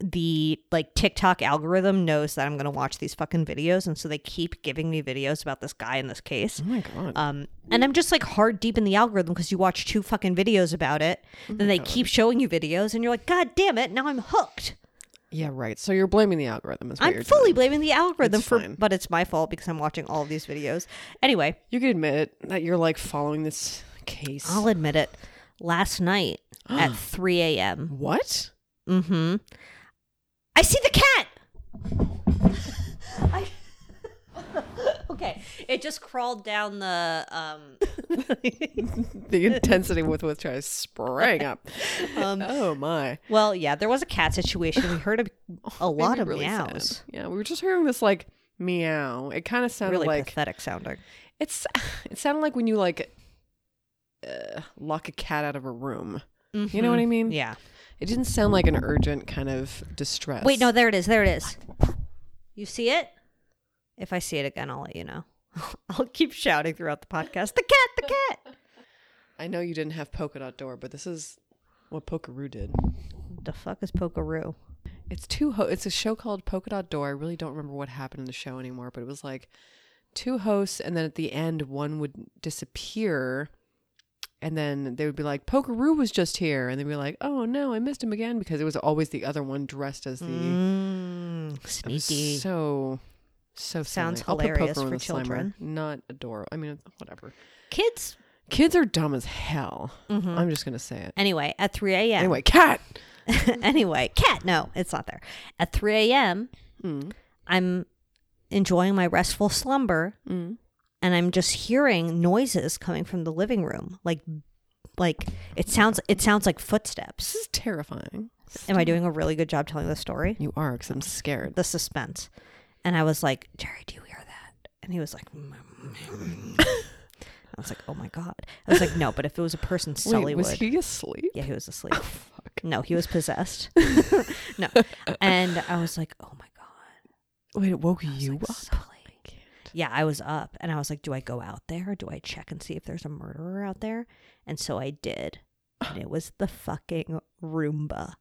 Speaker 4: the like TikTok algorithm knows that I'm gonna watch these fucking videos, and so they keep giving me videos about this guy in this case.
Speaker 3: oh my god.
Speaker 4: Um, and I'm just like hard deep in the algorithm because you watch two fucking videos about it,
Speaker 3: Oh
Speaker 4: then they keep showing you videos, and you're like, God damn it! Now I'm hooked.
Speaker 3: yeah, right. So you're blaming the algorithm. Is what
Speaker 4: I'm
Speaker 3: you're
Speaker 4: fully
Speaker 3: doing.
Speaker 4: blaming the algorithm
Speaker 3: It's
Speaker 4: for,
Speaker 3: fine.
Speaker 4: but it's my fault because I'm watching all of these videos. Anyway,
Speaker 3: You can admit that you're like following this case.
Speaker 4: I'll admit it. Last night at 3 a.m.,
Speaker 3: what?
Speaker 4: Mm-hmm. I see the cat. I... okay, it just crawled down the. Um...
Speaker 3: The intensity with which I sprang up. oh my.
Speaker 4: well, yeah, there was a cat situation. We heard a, a
Speaker 3: Made me
Speaker 4: lot of
Speaker 3: sad.
Speaker 4: meows.
Speaker 3: Yeah, we were just hearing this like meow. It kind of sounded
Speaker 4: Really
Speaker 3: like
Speaker 4: pathetic sounding.
Speaker 3: it's. It sounded like when you like uh, lock a cat out of a room. You know what I mean?
Speaker 4: Mm-hmm. Yeah.
Speaker 3: It didn't sound like an urgent kind of distress.
Speaker 4: Wait, no, there it is. There it is. You see it? If I see it again, I'll let you know. I'll keep shouting throughout the podcast. The cat, the cat.
Speaker 3: I know you didn't have polka dot door, but this is what Pokeroo did.
Speaker 4: the fuck is Pokeroo?
Speaker 3: It's two. Ho- it's a show called Polka Dot Door. I really don't remember what happened in the show anymore, but it was like two hosts, and then at the end, one would disappear, and then they would be like, "Pokeroo was just here," and they'd be like, "Oh no, I missed him again," because it was always the other one dressed as the
Speaker 4: Mm,
Speaker 3: It was
Speaker 4: sneaky.
Speaker 3: So. So
Speaker 4: Sounds
Speaker 3: silly. I'll put
Speaker 4: hilarious
Speaker 3: Pokeroo in
Speaker 4: for
Speaker 3: the slimer.
Speaker 4: children.
Speaker 3: Not adorable. I mean, whatever.
Speaker 4: Kids
Speaker 3: Kids are dumb as hell.
Speaker 4: Mm-hmm.
Speaker 3: I'm just gonna say it.
Speaker 4: Anyway, at 3 a.m.
Speaker 3: Anyway, cat.
Speaker 4: anyway, cat, no, it's not there. At 3 a.m.,
Speaker 3: Mm.
Speaker 4: I'm enjoying my restful slumber
Speaker 3: Mm.
Speaker 4: and I'm just hearing noises coming from the living room. Like, like it sounds, it sounds like footsteps.
Speaker 3: This is terrifying.
Speaker 4: Am I doing a really good job telling the story?
Speaker 3: You are, because I'm scared.
Speaker 4: The suspense. And I was like, Jerry, do you hear that? And he was like, "Mm, I was like, oh my God. I was like, no, but if it was a person, Sully
Speaker 3: Wait,
Speaker 4: would.
Speaker 3: was he asleep?
Speaker 4: Yeah, he was asleep.
Speaker 3: Oh,
Speaker 4: No, he was possessed. no. And I was like, oh my God.
Speaker 3: Wait, it woke you
Speaker 4: like,
Speaker 3: up.
Speaker 4: Sully. Yeah, I was up and I was like, do I go out there? Do I check and see if there's a murderer out there? And so I did. And it was the fucking Roomba.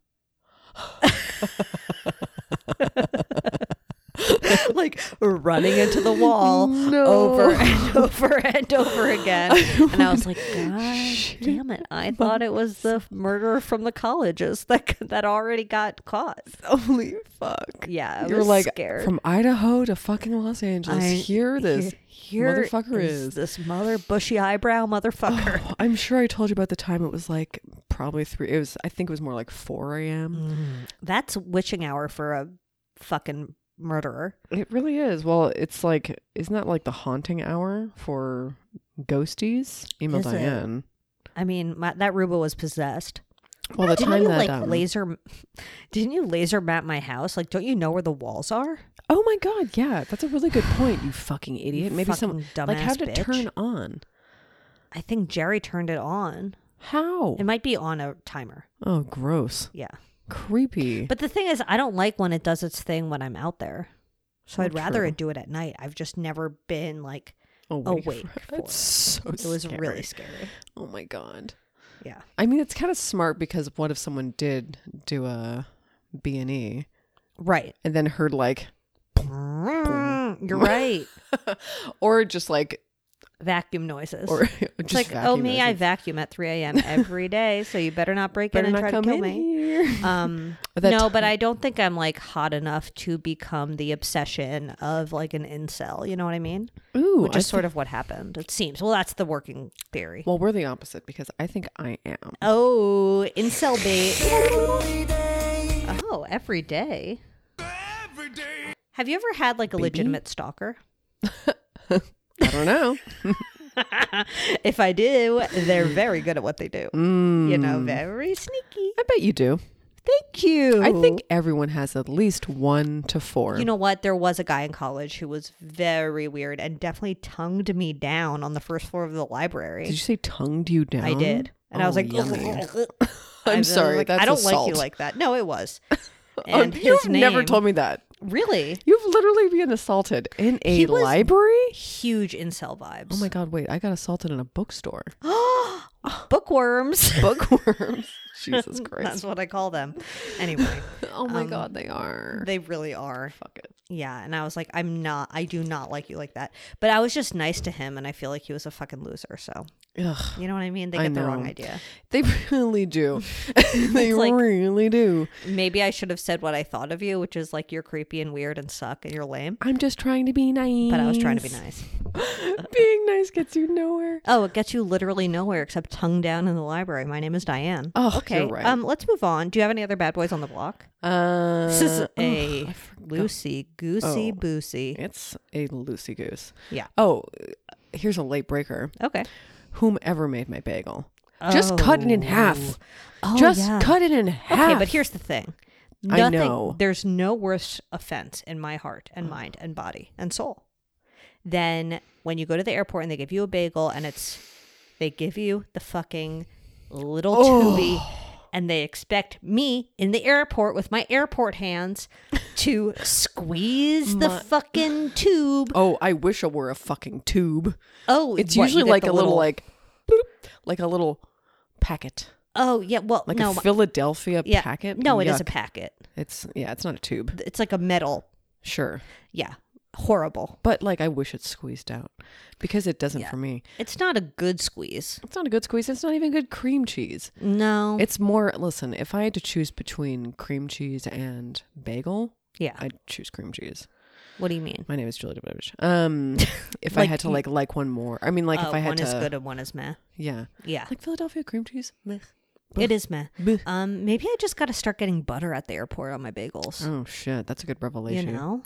Speaker 4: like running into the wall
Speaker 3: No.
Speaker 4: over and over and over again. And I was like, God
Speaker 3: Shit.
Speaker 4: damn it. I thought it was the murderer from the colleges that that already got caught.
Speaker 3: Holy fuck.
Speaker 4: Yeah, I
Speaker 3: You were
Speaker 4: was
Speaker 3: like
Speaker 4: scared.
Speaker 3: from Idaho to fucking Los Angeles.
Speaker 4: I-
Speaker 3: here this
Speaker 4: here
Speaker 3: motherfucker is.
Speaker 4: this mother bushy eyebrow motherfucker.
Speaker 3: Oh, I'm sure I told you about the time it was like probably three it was I think it was more like four AM.
Speaker 4: That's witching hour for a fucking murderer.
Speaker 3: It really is. Well, it's like isn't that like the haunting hour for ghosties? Email
Speaker 4: Is it?
Speaker 3: Diane.
Speaker 4: I mean, my, that Ruba was possessed.
Speaker 3: Well the
Speaker 4: Didn't
Speaker 3: time
Speaker 4: you
Speaker 3: that
Speaker 4: like
Speaker 3: um,
Speaker 4: laser? Didn't you laser map my house? Like, don't you know where the walls are?
Speaker 3: Oh my god, yeah, that's a really good point, you fucking idiot. Maybe some
Speaker 4: fucking
Speaker 3: like how
Speaker 4: dumbass
Speaker 3: to
Speaker 4: bitch.
Speaker 3: turn on.
Speaker 4: I think Jerry turned it on.
Speaker 3: How?
Speaker 4: It might be on a timer.
Speaker 3: oh gross.
Speaker 4: Yeah.
Speaker 3: Creepy.
Speaker 4: But the thing is, I don't like when it does its thing when I'm out there. So
Speaker 3: Well,
Speaker 4: I'd rather
Speaker 3: Oh, true.
Speaker 4: it Oh, do it at night. I've just never been like awake for
Speaker 3: Oh, That's so
Speaker 4: it was really
Speaker 3: scary.
Speaker 4: scary.
Speaker 3: Oh my god.
Speaker 4: Yeah.
Speaker 3: I mean, it's kind of smart because what if someone did do a B and E
Speaker 4: Right.
Speaker 3: and then heard like,
Speaker 4: Mm, You're right.
Speaker 3: or just like,
Speaker 4: Vacuum noises.
Speaker 3: or
Speaker 4: it's
Speaker 3: just
Speaker 4: like, oh
Speaker 3: vacuum
Speaker 4: me,
Speaker 3: it.
Speaker 4: I vacuum at 3 a.m. every day, so you better not break
Speaker 3: better
Speaker 4: in and
Speaker 3: not
Speaker 4: try
Speaker 3: come
Speaker 4: to kill
Speaker 3: in
Speaker 4: me.
Speaker 3: here.
Speaker 4: Um,
Speaker 3: That
Speaker 4: no, but I don't think I'm like hot enough to become the obsession of like an incel. You know what I mean?
Speaker 3: Ooh,
Speaker 4: Which is sort of what happened. It seems. Well, that's the working theory.
Speaker 3: Well, we're the opposite because I think I am.
Speaker 4: Oh, incel bait. Oh, every day. Have you ever had like a legitimate stalker?
Speaker 3: I don't know.
Speaker 4: if I do, they're very good at what they do. You
Speaker 3: Mm.
Speaker 4: know, very sneaky.
Speaker 3: I bet you do.
Speaker 4: Thank you.
Speaker 3: I think everyone has at least one to four.
Speaker 4: you know what? There was a guy in college who was very weird and definitely tongued me down on the first floor of the library.
Speaker 3: did you say tongued you down?
Speaker 4: I did, and I was
Speaker 3: Oh,
Speaker 4: like,
Speaker 3: yummy.
Speaker 4: I
Speaker 3: I'm
Speaker 4: was
Speaker 3: sorry.
Speaker 4: like,
Speaker 3: that's
Speaker 4: I don't like
Speaker 3: assault.
Speaker 4: you like that. No, it was.
Speaker 3: Oh,
Speaker 4: And
Speaker 3: You've
Speaker 4: his
Speaker 3: never
Speaker 4: name-
Speaker 3: told me that.
Speaker 4: Really?
Speaker 3: You've literally been assaulted in a
Speaker 4: He was-
Speaker 3: library?
Speaker 4: Huge incel vibes.
Speaker 3: Oh my god, wait, I got assaulted in a bookstore.
Speaker 4: Bookworms.
Speaker 3: Bookworms. Jesus Christ.
Speaker 4: That's what I call them. Anyway,
Speaker 3: oh my
Speaker 4: um,
Speaker 3: god, they are.
Speaker 4: they really are.
Speaker 3: Fuck it.
Speaker 4: Yeah. And I was like, I'm not, I do not like you like that. But I was just nice to him and I feel like he was a fucking loser. So,
Speaker 3: Ugh.
Speaker 4: you know what I mean? They
Speaker 3: I
Speaker 4: get the wrong
Speaker 3: know.
Speaker 4: idea.
Speaker 3: They really do. they
Speaker 4: like-
Speaker 3: really do.
Speaker 4: Maybe I should have said what I thought of you, which is like, you're creepy and weird and suck and you're lame.
Speaker 3: I'm just trying to be nice.
Speaker 4: But I was trying to be nice.
Speaker 3: Being nice gets you nowhere.
Speaker 4: Oh, it gets you literally nowhere except tongue down in the library. My name is Diane.
Speaker 3: Oh, you're
Speaker 4: okay.
Speaker 3: right.
Speaker 4: Um, let's move on. Do you have any other bad boys on the block?
Speaker 3: Uh,
Speaker 4: This is
Speaker 3: ugh,
Speaker 4: a
Speaker 3: I forgot.
Speaker 4: loosey goosey
Speaker 3: Oh.
Speaker 4: boosey.
Speaker 3: It's a loosey goose.
Speaker 4: Yeah.
Speaker 3: Oh, here's a late breaker.
Speaker 4: Okay.
Speaker 3: Whomever made my bagel, just cut it in half.
Speaker 4: Oh,
Speaker 3: just
Speaker 4: yeah.
Speaker 3: cut it in half.
Speaker 4: Okay, but here's the thing.
Speaker 3: I
Speaker 4: Nothing,
Speaker 3: know.
Speaker 4: There's no worse offense in my heart and mind and body and soul than when you go to the airport and they give you a bagel and it's they give you the fucking little
Speaker 3: Oh.
Speaker 4: tubby and they expect me in the airport with my airport hands to squeeze the
Speaker 3: My-
Speaker 4: fucking tube. Oh,
Speaker 3: Oh, I wish it were a fucking tube. It's
Speaker 4: what, you
Speaker 3: usually
Speaker 4: get
Speaker 3: like
Speaker 4: the
Speaker 3: a little, like, boop, like a little packet,
Speaker 4: oh yeah, well
Speaker 3: like
Speaker 4: no
Speaker 3: a
Speaker 4: my-
Speaker 3: Philadelphia
Speaker 4: yeah,
Speaker 3: packet.
Speaker 4: No, it is a
Speaker 3: Yuck.
Speaker 4: packet.
Speaker 3: It's yeah, it's not a tube.
Speaker 4: It's like a metal.
Speaker 3: Sure,
Speaker 4: Yeah, horrible.
Speaker 3: but like I wish it squeezed out because it doesn't for me.
Speaker 4: It's not a good squeeze.
Speaker 3: It's not a good squeeze. It's not even good cream cheese.
Speaker 4: No.
Speaker 3: It's more. Listen, if I had to choose between cream cheese and bagel,
Speaker 4: yeah.
Speaker 3: I'd choose cream cheese.
Speaker 4: what do you mean?
Speaker 3: My name is Julie Davidovich. Um, if I
Speaker 4: Like
Speaker 3: had to
Speaker 4: you-
Speaker 3: like like one more, I mean, like
Speaker 4: Uh,
Speaker 3: if I had
Speaker 4: one
Speaker 3: to,
Speaker 4: is good and one is meh.
Speaker 3: yeah,
Speaker 4: Yeah.
Speaker 3: like Philadelphia cream cheese. Meh.
Speaker 4: it is meh.
Speaker 3: Blech.
Speaker 4: Um, maybe I just got to start getting butter at the airport on my bagels.
Speaker 3: Oh shit, that's a good
Speaker 4: Mm. you
Speaker 3: revelation.
Speaker 4: know,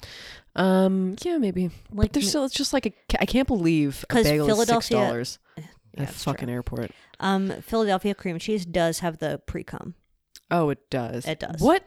Speaker 3: Um, yeah, maybe. Like,
Speaker 4: Like,
Speaker 3: there's
Speaker 4: n-
Speaker 3: still it's just like a, ca- I can't believe a
Speaker 4: 'Cause
Speaker 3: bagel is six
Speaker 4: Philadelphia- Eh,
Speaker 3: dollars
Speaker 4: yeah,
Speaker 3: at a
Speaker 4: it's true.
Speaker 3: fucking airport.
Speaker 4: um, Philadelphia cream cheese does have the pre cum.
Speaker 3: Oh, it does.
Speaker 4: It does.
Speaker 3: What?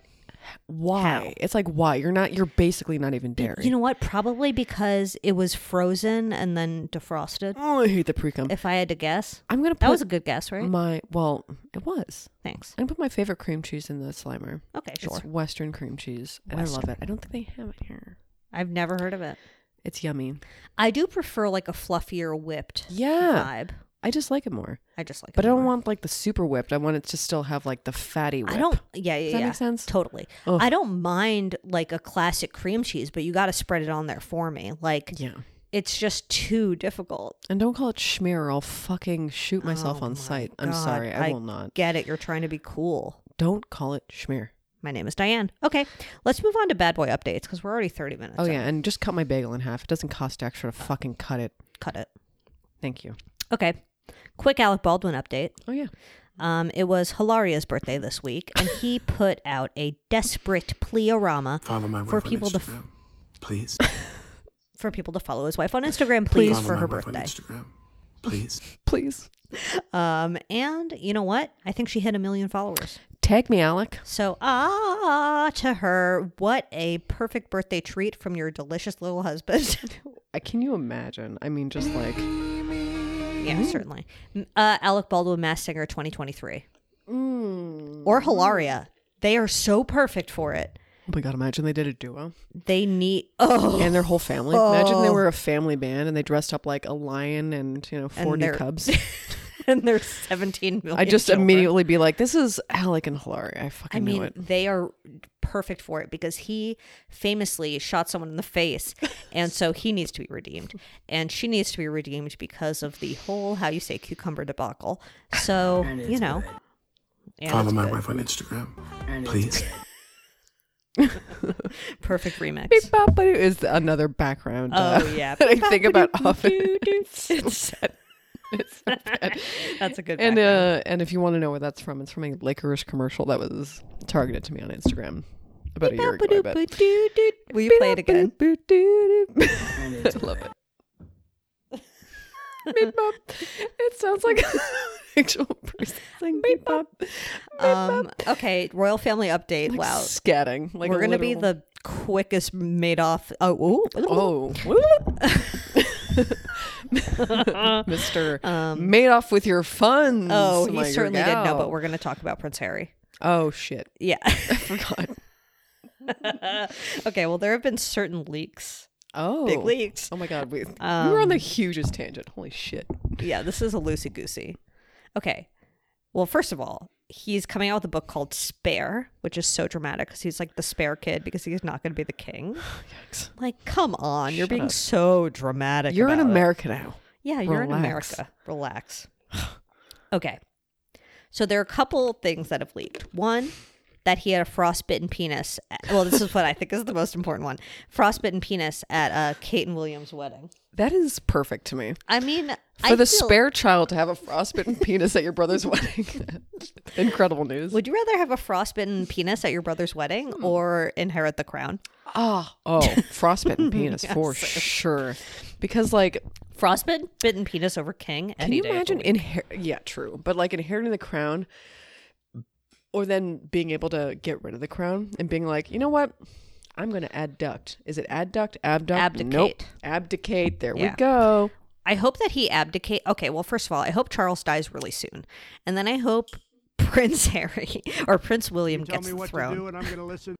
Speaker 3: Why? It's like why you're not. You're basically not even dairy.
Speaker 4: You know what? Probably because it was frozen and then defrosted.
Speaker 3: oh, I hate the pre cum.
Speaker 4: If I had to guess,
Speaker 3: I'm gonna put
Speaker 4: that was a good guess, right?
Speaker 3: my well, it was.
Speaker 4: Thanks.
Speaker 3: I'm gonna put my favorite cream cheese in the Slimer.
Speaker 4: Okay, sure.
Speaker 3: It's Western cream cheese, and I love it. I don't think they have it here.
Speaker 4: I've never heard of it.
Speaker 3: It's yummy.
Speaker 4: I do prefer like a fluffier whipped
Speaker 3: Yeah,
Speaker 4: vibe.
Speaker 3: I just like it more,
Speaker 4: I just like,
Speaker 3: but
Speaker 4: it
Speaker 3: I don't
Speaker 4: more.
Speaker 3: want like the super whipped. I want it to still have like the fatty whip.
Speaker 4: I don't. Yeah, yeah,
Speaker 3: that
Speaker 4: yeah.
Speaker 3: make sense?
Speaker 4: Totally.
Speaker 3: Ugh.
Speaker 4: I don't mind like a classic cream cheese, but you got to spread it on there for me. Like,
Speaker 3: Yeah,
Speaker 4: it's just too difficult.
Speaker 3: and don't call it schmear. or I'll fucking shoot myself
Speaker 4: Oh
Speaker 3: on
Speaker 4: my
Speaker 3: sight. I'm
Speaker 4: God,
Speaker 3: sorry. I, will not.
Speaker 4: Get it? You're trying to be cool.
Speaker 3: Don't call it schmear.
Speaker 4: My name is Diane. Okay, let's move on to bad boy updates because we're already 30 minutes.
Speaker 3: Oh
Speaker 4: in.
Speaker 3: yeah, and just cut my bagel in half. It doesn't cost extra to fucking cut it.
Speaker 4: cut it.
Speaker 3: Thank you.
Speaker 4: Okay, quick Alec Baldwin update.
Speaker 3: Oh yeah.
Speaker 4: Um, it was Hilaria's birthday this week, and he put out a desperate pleorama
Speaker 2: Follow my wife
Speaker 4: For
Speaker 2: on
Speaker 4: people to f-
Speaker 2: Instagram, please.
Speaker 4: for people to follow his wife on Instagram, please,
Speaker 2: Follow
Speaker 4: for
Speaker 2: my
Speaker 4: her
Speaker 2: wife on
Speaker 4: birthday.
Speaker 2: Instagram, please.
Speaker 3: Please
Speaker 4: Um, and you know what? I think she hit a million followers.
Speaker 3: tag me, Alec.
Speaker 4: So, ah, to her, what a perfect birthday treat from your delicious little husband.
Speaker 3: Uh, Can you imagine? I mean, just like oh
Speaker 4: yeah,
Speaker 3: Mm.
Speaker 4: certainly. M- Uh, Alec Baldwin, Mass Singer 2023.
Speaker 3: Mm.
Speaker 4: Or Hilaria. They are so perfect for it.
Speaker 3: oh my god, imagine they did a duo.
Speaker 4: They need, oh,
Speaker 3: and their whole family. Imagine they were a family band and they dressed up like a lion and you know
Speaker 4: And
Speaker 3: forty
Speaker 4: they're-
Speaker 3: cubs.
Speaker 4: and they're 17 million.
Speaker 3: I just
Speaker 4: children.
Speaker 3: immediately be like, "This is Alec and Hilary." I fucking
Speaker 4: I mean,
Speaker 3: knew it.
Speaker 4: they are perfect for it because he famously shot someone in the face. and so he needs to be redeemed. And she needs to be redeemed because of the whole, how you say, cucumber debacle. So, you know. And
Speaker 2: Follow
Speaker 4: it's
Speaker 2: my
Speaker 4: good.
Speaker 2: wife on Instagram, please.
Speaker 4: Perfect remix.
Speaker 3: Beep, bop, ba-doo is another background. uh,
Speaker 4: Oh, yeah.
Speaker 3: that I think about
Speaker 4: Beep, bop,
Speaker 3: often.
Speaker 4: ba-doo, doo,
Speaker 3: it's so bad. It's so bad.
Speaker 4: That's a good
Speaker 3: And
Speaker 4: background.
Speaker 3: uh, and if you want to know where that's from, it's from a licorice commercial that was targeted to me on Instagram about a year ago. I bet.
Speaker 4: Will you play it again?
Speaker 3: I love it. Beep bop. It sounds like an actual person saying beep bop.
Speaker 4: Um, okay, Royal Family Update.
Speaker 3: Like
Speaker 4: wow.
Speaker 3: scatting. Like
Speaker 4: We're
Speaker 3: going to
Speaker 4: be the quickest Madoff. Oh, ooh.
Speaker 3: Oh. Mr. Madoff with your funds.
Speaker 4: Um, Oh, he
Speaker 3: my
Speaker 4: certainly didn't know,
Speaker 3: gal.
Speaker 4: but we're going to talk about Prince Harry.
Speaker 3: Oh, shit.
Speaker 4: Yeah.
Speaker 3: I forgot.
Speaker 4: okay, well, there have been certain leaks.
Speaker 3: Oh,
Speaker 4: Big Um, leaks.
Speaker 3: Oh my god, we we were on the hugest tangent. Holy shit!
Speaker 4: Yeah, this is a loosey goosey. Okay. Well, first of all, he's coming out with a book called Spare, which is so dramatic because he's like the spare kid because he's not going to be the king. Like, come on, you're being so dramatic.
Speaker 3: You're in
Speaker 4: about it.
Speaker 3: America now.
Speaker 4: Yeah, you're in
Speaker 3: Relax.
Speaker 4: America. Relax. okay. So there are a couple things that have leaked. One, that he had a frostbitten penis. at- well, this is what I think is the most important one: frostbitten penis at uh, Kate and William's wedding.
Speaker 3: That is perfect to me.
Speaker 4: I mean,
Speaker 3: For
Speaker 4: I
Speaker 3: the
Speaker 4: feel-
Speaker 3: spare child to have a frostbitten penis at your brother's wedding, incredible news.
Speaker 4: Would you rather have a frostbitten penis at your brother's wedding
Speaker 3: Hmm.
Speaker 4: or inherit the crown?
Speaker 3: Ah, oh, frostbitten penis for sure. Because like,
Speaker 4: Frostbitten bitten penis over king.
Speaker 3: can you imagine inher? Yeah, true. But like inheriting the crown, or then being able to get rid of the crown and being like, you know what? I'm going to adduct. Is it adduct? Abduct? Nope.
Speaker 4: Abdicate.
Speaker 3: Abdicate. There
Speaker 4: Yeah.
Speaker 3: we go.
Speaker 4: I hope that he abdicate. Okay, well, first of all, I hope Charles dies really soon, and then I hope Prince Harry or Prince William
Speaker 5: Tell
Speaker 4: gets
Speaker 5: me
Speaker 4: the
Speaker 5: what to do,
Speaker 4: throne,
Speaker 5: and I'm gonna listen.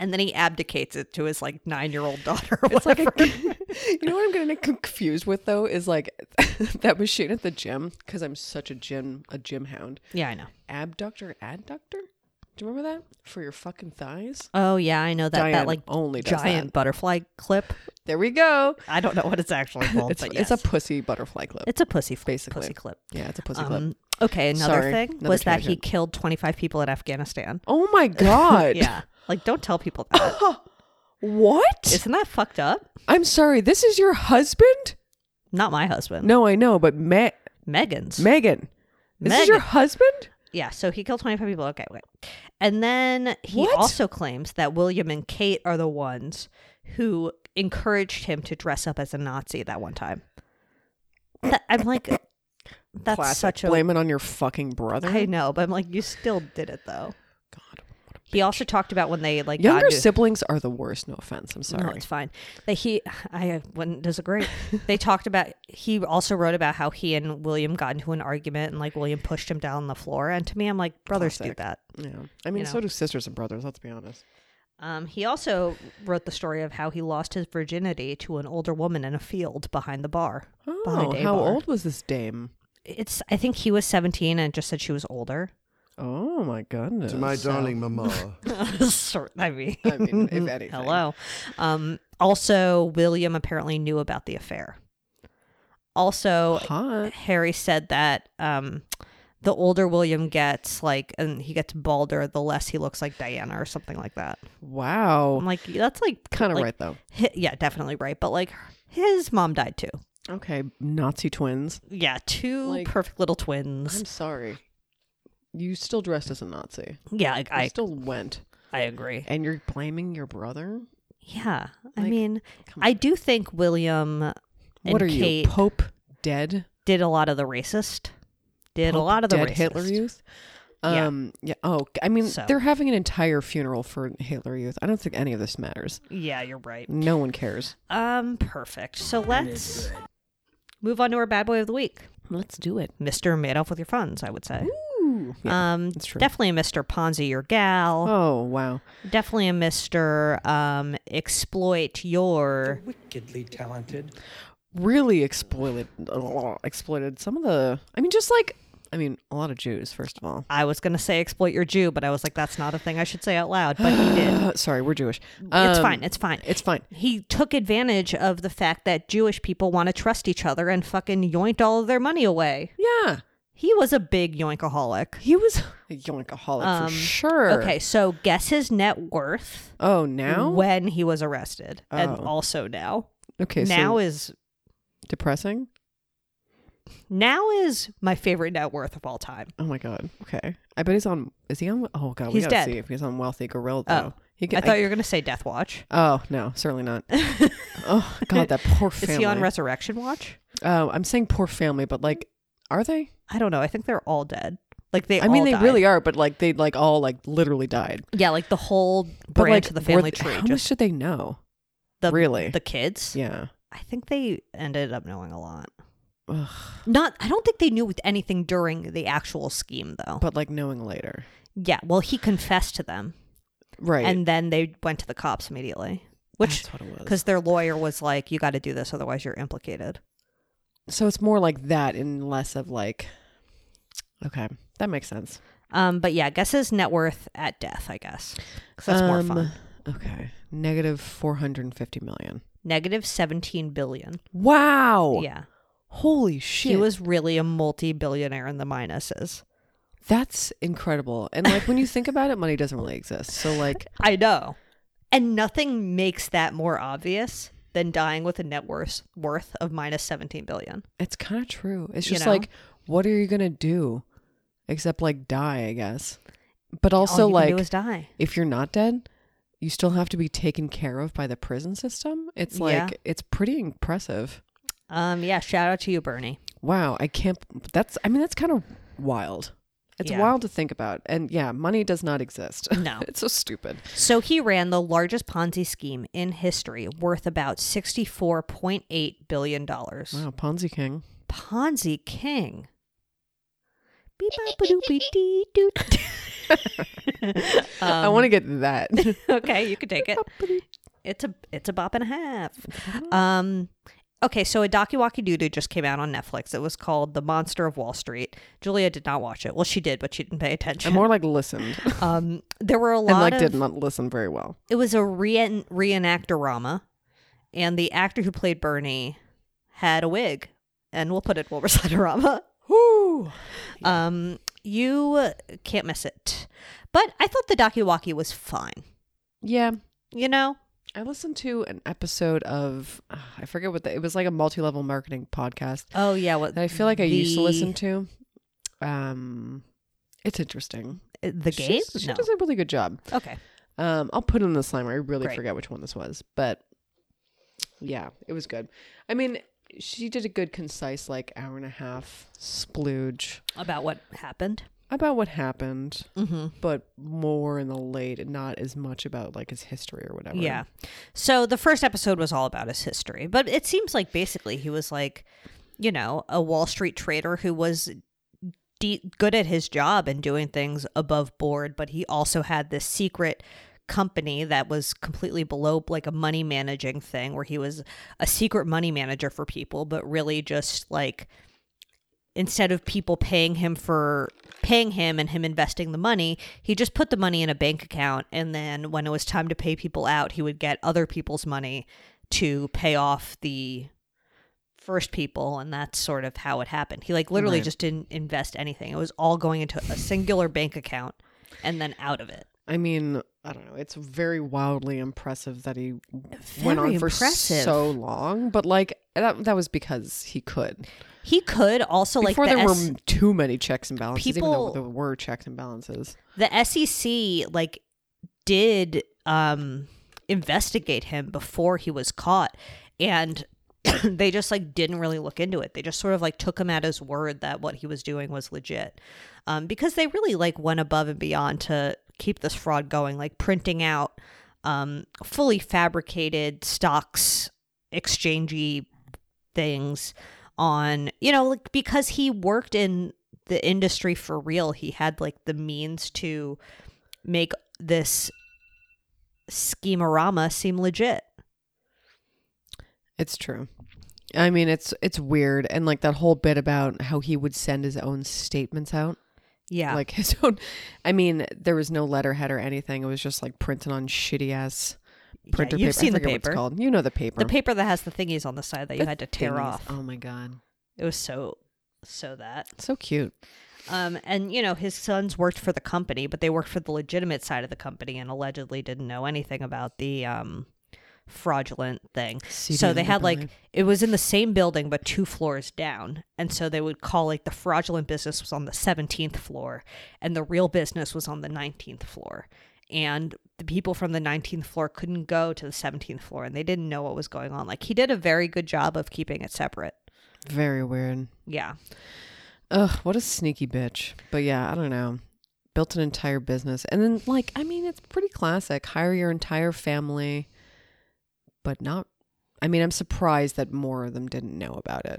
Speaker 4: and then he abdicates it to his like nine-year-old daughter. Or
Speaker 3: It's like
Speaker 4: whatever.
Speaker 3: a, you know what I'm getting confused with though is like that machine at the gym because I'm such a gym a gym hound.
Speaker 4: yeah, I know.
Speaker 3: Abductor, adductor. Do you remember that for your fucking thighs?
Speaker 4: Oh yeah, I know that
Speaker 3: Diane
Speaker 4: that like
Speaker 3: only does
Speaker 4: giant
Speaker 3: that.
Speaker 4: butterfly clip.
Speaker 3: There we go.
Speaker 4: I don't know what it's actually called,
Speaker 3: It's
Speaker 4: but yes.
Speaker 3: it's a pussy butterfly clip.
Speaker 4: it's a pussy flip,
Speaker 3: basically.
Speaker 4: pussy clip.
Speaker 3: yeah, it's a pussy clip.
Speaker 4: Um, okay, another
Speaker 3: Sorry,
Speaker 4: thing
Speaker 3: another
Speaker 4: was that he
Speaker 3: tangent.
Speaker 4: killed 25 people in Afghanistan.
Speaker 3: Oh my god.
Speaker 4: Yeah. Like don't tell people that.
Speaker 3: What?
Speaker 4: Isn't that fucked up?
Speaker 3: I'm sorry. This is your husband?
Speaker 4: Not my husband.
Speaker 3: No, I know, but Ma-
Speaker 4: Megan's.
Speaker 3: Megan. This is your
Speaker 4: Megan.
Speaker 3: husband?
Speaker 4: yeah, so he killed 25 people. Okay, wait. And then he
Speaker 3: What?
Speaker 4: also claims that William and Kate are the ones who encouraged him to dress up as a Nazi that one time. That, I'm like that's
Speaker 3: Classic.
Speaker 4: such a
Speaker 3: blame it on your fucking brother.
Speaker 4: I know, but I'm like you still did it though.
Speaker 3: God.
Speaker 4: He also talked about when they like
Speaker 3: Younger
Speaker 4: got into-
Speaker 3: siblings are the worst. No offense. I'm sorry.
Speaker 4: No, it's fine. That he, I wouldn't disagree. they talked about. He also wrote about how he and William got into an argument, and like William pushed him down on the floor. And to me, I'm like, brothers
Speaker 3: Classic.
Speaker 4: do that.
Speaker 3: yeah. I mean,
Speaker 4: you know.
Speaker 3: so do sisters and brothers. Let's be honest.
Speaker 4: Um, he also wrote the story of how he lost his virginity to an older woman in a field behind the bar.
Speaker 3: Oh,
Speaker 4: behind a
Speaker 3: how
Speaker 4: bar.
Speaker 3: old was this dame?
Speaker 4: It's. I think he was 17 and just said she was older.
Speaker 3: Oh my goodness.
Speaker 6: To my darling mamma.
Speaker 4: Sort- I mean,
Speaker 3: I mean, if anything.
Speaker 4: Hello. Um, also, William apparently knew about the affair. Also,
Speaker 3: Hot.
Speaker 4: Harry said that um, the older William gets, like, and he gets balder, the less he looks like Diana or something like that. I'm
Speaker 3: Wow.
Speaker 4: like, that's like
Speaker 3: Kind of
Speaker 4: like,
Speaker 3: right though.
Speaker 4: hi- yeah, definitely right. But like, his mom died too.
Speaker 3: Okay, Nazi twins.
Speaker 4: Yeah, two
Speaker 3: Like-
Speaker 4: perfect little twins.
Speaker 3: I'm sorry. You still dressed as a Nazi.
Speaker 4: yeah, I
Speaker 3: I
Speaker 4: I,
Speaker 3: still went,
Speaker 4: I agree.
Speaker 3: and you're blaming your brother.
Speaker 4: Yeah, I
Speaker 3: Like,
Speaker 4: mean, I do think William and
Speaker 3: what are
Speaker 4: Kate
Speaker 3: you, Pope dead?
Speaker 4: did a lot of the racist. Did a
Speaker 3: Pope
Speaker 4: lot of the
Speaker 3: dead
Speaker 4: racist.
Speaker 3: Hitler Youth.
Speaker 4: Yeah.
Speaker 3: Um. Yeah. Oh, I mean,
Speaker 4: So-
Speaker 3: they're having an entire funeral for Hitler Youth. I don't think any of this matters.
Speaker 4: Yeah, you're right.
Speaker 3: No one cares.
Speaker 4: Um, perfect. So let's move on to our bad boy of the week,
Speaker 3: Let's do it.
Speaker 4: Mister Madoff with your funds. I would say.
Speaker 3: Ooh. Yeah.
Speaker 4: um,
Speaker 3: that's true.
Speaker 4: definitely a Mister Ponzi your gal.
Speaker 3: oh wow.
Speaker 4: Definitely a Mister um exploit your.
Speaker 3: Really exploited. exploited some of the. I mean, just like. I mean, a lot of Jews. First of all.
Speaker 4: I was gonna say exploit your Jew, but I was like, that's not a thing I should say out loud. But he did.
Speaker 3: Uh, sorry, we're Jewish.
Speaker 4: It's
Speaker 3: Um,
Speaker 4: fine. It's fine.
Speaker 3: It's fine.
Speaker 4: he took advantage of the fact that Jewish people want to trust each other and fucking yoinked all of their money away.
Speaker 3: Yeah.
Speaker 4: He was a big yoinkaholic.
Speaker 3: He was a yoinkaholic for sure.
Speaker 4: Um, Okay, so guess his net worth
Speaker 3: Oh, now?
Speaker 4: when he was arrested, and
Speaker 3: Oh.
Speaker 4: also now.
Speaker 3: okay,
Speaker 4: now
Speaker 3: so
Speaker 4: is
Speaker 3: depressing.
Speaker 4: now is my favorite net worth of all time.
Speaker 3: Oh my god. Okay, I bet he's on. Is he on? Oh god, we
Speaker 4: He's
Speaker 3: gotta
Speaker 4: dead.
Speaker 3: see if he's on Wealthy Gorilla.
Speaker 4: Oh,
Speaker 3: Though. he
Speaker 4: I thought you were gonna say Death Watch.
Speaker 3: Oh no, certainly not. oh god, that poor
Speaker 4: Is
Speaker 3: family.
Speaker 4: he on Resurrection Watch?
Speaker 3: Oh, I'm saying poor family, but like, are they?
Speaker 4: I don't know. I think they're all dead. Like they,
Speaker 3: I mean, they really
Speaker 4: Are.
Speaker 3: are, but like, they like all like literally died.
Speaker 4: Yeah, like the whole
Speaker 3: But
Speaker 4: branch
Speaker 3: like,
Speaker 4: of the
Speaker 3: were
Speaker 4: family
Speaker 3: th-
Speaker 4: tree.
Speaker 3: How much
Speaker 4: Just
Speaker 3: should they know?
Speaker 4: the
Speaker 3: really?
Speaker 4: the kids.
Speaker 3: Yeah.
Speaker 4: I think they ended up knowing a lot.
Speaker 3: Ugh.
Speaker 4: Not, I don't think they knew anything during the actual scheme, though.
Speaker 3: But like knowing later.
Speaker 4: yeah, well, he confessed to them.
Speaker 3: Right.
Speaker 4: And then they went to the cops immediately. Which,
Speaker 3: That's what it was.
Speaker 4: because their lawyer was like, you got to do this, otherwise you're implicated.
Speaker 3: So it's more like that and less of like, okay, that makes sense.
Speaker 4: Um, but yeah, guess his net worth at death, I guess. 'Cause that's more
Speaker 3: Um,
Speaker 4: fun.
Speaker 3: Okay. Negative 450 million.
Speaker 4: Negative 17 billion.
Speaker 3: Wow.
Speaker 4: Yeah.
Speaker 3: Holy shit.
Speaker 4: He was really a multi billionaire in the minuses.
Speaker 3: That's incredible. And like when you think about it, money doesn't really exist. So like,
Speaker 4: I know. And nothing makes that more obvious than dying with a net worth worth of minus 17 billion.
Speaker 3: it's kind of true. It's
Speaker 4: You
Speaker 3: just
Speaker 4: know?
Speaker 3: like, what are you going to do except like die, I guess. But also
Speaker 4: All you
Speaker 3: like,
Speaker 4: can do is die.
Speaker 3: if you're not dead, you still have to be taken care of by the prison system. It's like
Speaker 4: Yeah.
Speaker 3: it's pretty impressive.
Speaker 4: Um yeah, shout out to you Bernie.
Speaker 3: Wow, I can't that's I mean that's kind of wild. It's
Speaker 4: Yeah.
Speaker 3: wild to think about. And yeah, money does not exist.
Speaker 4: No.
Speaker 3: it's so stupid.
Speaker 4: So he ran the largest Ponzi scheme in history worth about 64.8 billion dollars.
Speaker 3: Wow, Ponzi King.
Speaker 4: Ponzi King. Beep, bop, ba-doo, beep, dee, doo.
Speaker 3: I
Speaker 4: Um,
Speaker 3: want to get that.
Speaker 4: okay, you can take it. It's a it's a bop and a half. Um, okay, so a docu walkie doo just came out on Netflix. It was called The Monster of Wall Street. Julia did not watch it. Well, she did, but she didn't pay
Speaker 3: I
Speaker 4: attention.
Speaker 3: more like listened
Speaker 4: um, there were a lot
Speaker 3: and like
Speaker 4: of
Speaker 3: did not listen very well.
Speaker 4: it was a re- reenactorama, and the actor who played Bernie had a wig, and we'll put it Wilbur's Rama. Woo! Um, you can't miss it. But I thought the docu-walkie was fine.
Speaker 3: Yeah.
Speaker 4: You know,
Speaker 3: I listened to an episode of ah, I forget what the, it was like a multi-level marketing podcast.
Speaker 4: Oh yeah, what
Speaker 3: that I feel like I used to
Speaker 4: the-
Speaker 3: listen to. Um, it's interesting.
Speaker 4: the game.
Speaker 3: She's- she
Speaker 4: no.
Speaker 3: does a really good job.
Speaker 4: Okay,
Speaker 3: Um, I'll put it in the slimer. I really
Speaker 4: Great.
Speaker 3: forget which one this was, but yeah, it was good. I mean, she did a good, concise, like hour and a half splooge
Speaker 4: about what happened.
Speaker 3: about what happened,
Speaker 4: Mm-hmm.
Speaker 3: but more in the late, and not as much about like his history or whatever.
Speaker 4: Yeah. So the first episode was all about his history, but it seems like basically he was like, you know, a Wall Street trader who was de- good at his job and doing things above board, but he also had this secret company that was completely below like a money managing thing where he was a secret money manager for people, but really just like instead of people paying him for paying him and him investing the money, he just put the money in a bank account. And then when it was time to pay people out, he would get other people's money to pay off the first people. And that's sort of how it happened. He like literally
Speaker 3: Right.
Speaker 4: just didn't invest anything, it was all going into a singular bank account and then out of it.
Speaker 3: I mean, I don't know. It's very wildly impressive that he
Speaker 4: Very
Speaker 3: went on for
Speaker 4: impressive.
Speaker 3: so long, but like that, that was because he could.
Speaker 4: He could also
Speaker 3: Before
Speaker 4: like the
Speaker 3: there were
Speaker 4: S-
Speaker 3: m- too many checks and balances, even though
Speaker 4: people-
Speaker 3: there were checks and balances.
Speaker 4: the SEC like did um investigate him before he was caught and they just like didn't really look into it. They just sort of like took him at his word that what he was doing was legit. Um because they really like went above and beyond to keep this fraud going, like printing out um fully fabricated stocks exchangey things on you know like because he worked in the industry for real he had like the means to make this schemarama seem legit
Speaker 3: It's true. I mean, it's it's weird, and like that whole bit about how he would send his own statements out,
Speaker 4: yeah
Speaker 3: like his own. I mean, there was no letterhead or anything. It was just like printed on shitty ass
Speaker 4: Yeah,
Speaker 3: printer
Speaker 4: you've
Speaker 3: paper.
Speaker 4: seen
Speaker 3: I
Speaker 4: the
Speaker 3: forget what
Speaker 4: paper.
Speaker 3: it's called. You know the paper.
Speaker 4: the paper that has the thingies on the um, side that you
Speaker 3: The
Speaker 4: had to tear
Speaker 3: things.
Speaker 4: off
Speaker 3: Oh my god,
Speaker 4: it was so so that
Speaker 3: so cute.
Speaker 4: um and you know his sons worked for the company but they worked for the legitimate side of the company and allegedly didn't know anything about the um fraudulent thing
Speaker 3: CD
Speaker 4: so they
Speaker 3: and the
Speaker 4: had like
Speaker 3: ballet.
Speaker 4: it was in the same building but two floors down and so they would call like the fraudulent business was on the 17th floor and the real business was on the 19th floor and the people from the 19th floor couldn't go to the 17th floor and they didn't know what was going on like he did a very good job of keeping it separate
Speaker 3: Very weird.
Speaker 4: yeah
Speaker 3: Ugh, what a sneaky bitch. But yeah, I don't know. Built an entire business. And then, like, I mean, it's pretty classic. Hire your entire family, but not. I mean, I'm surprised that more of them didn't know about it.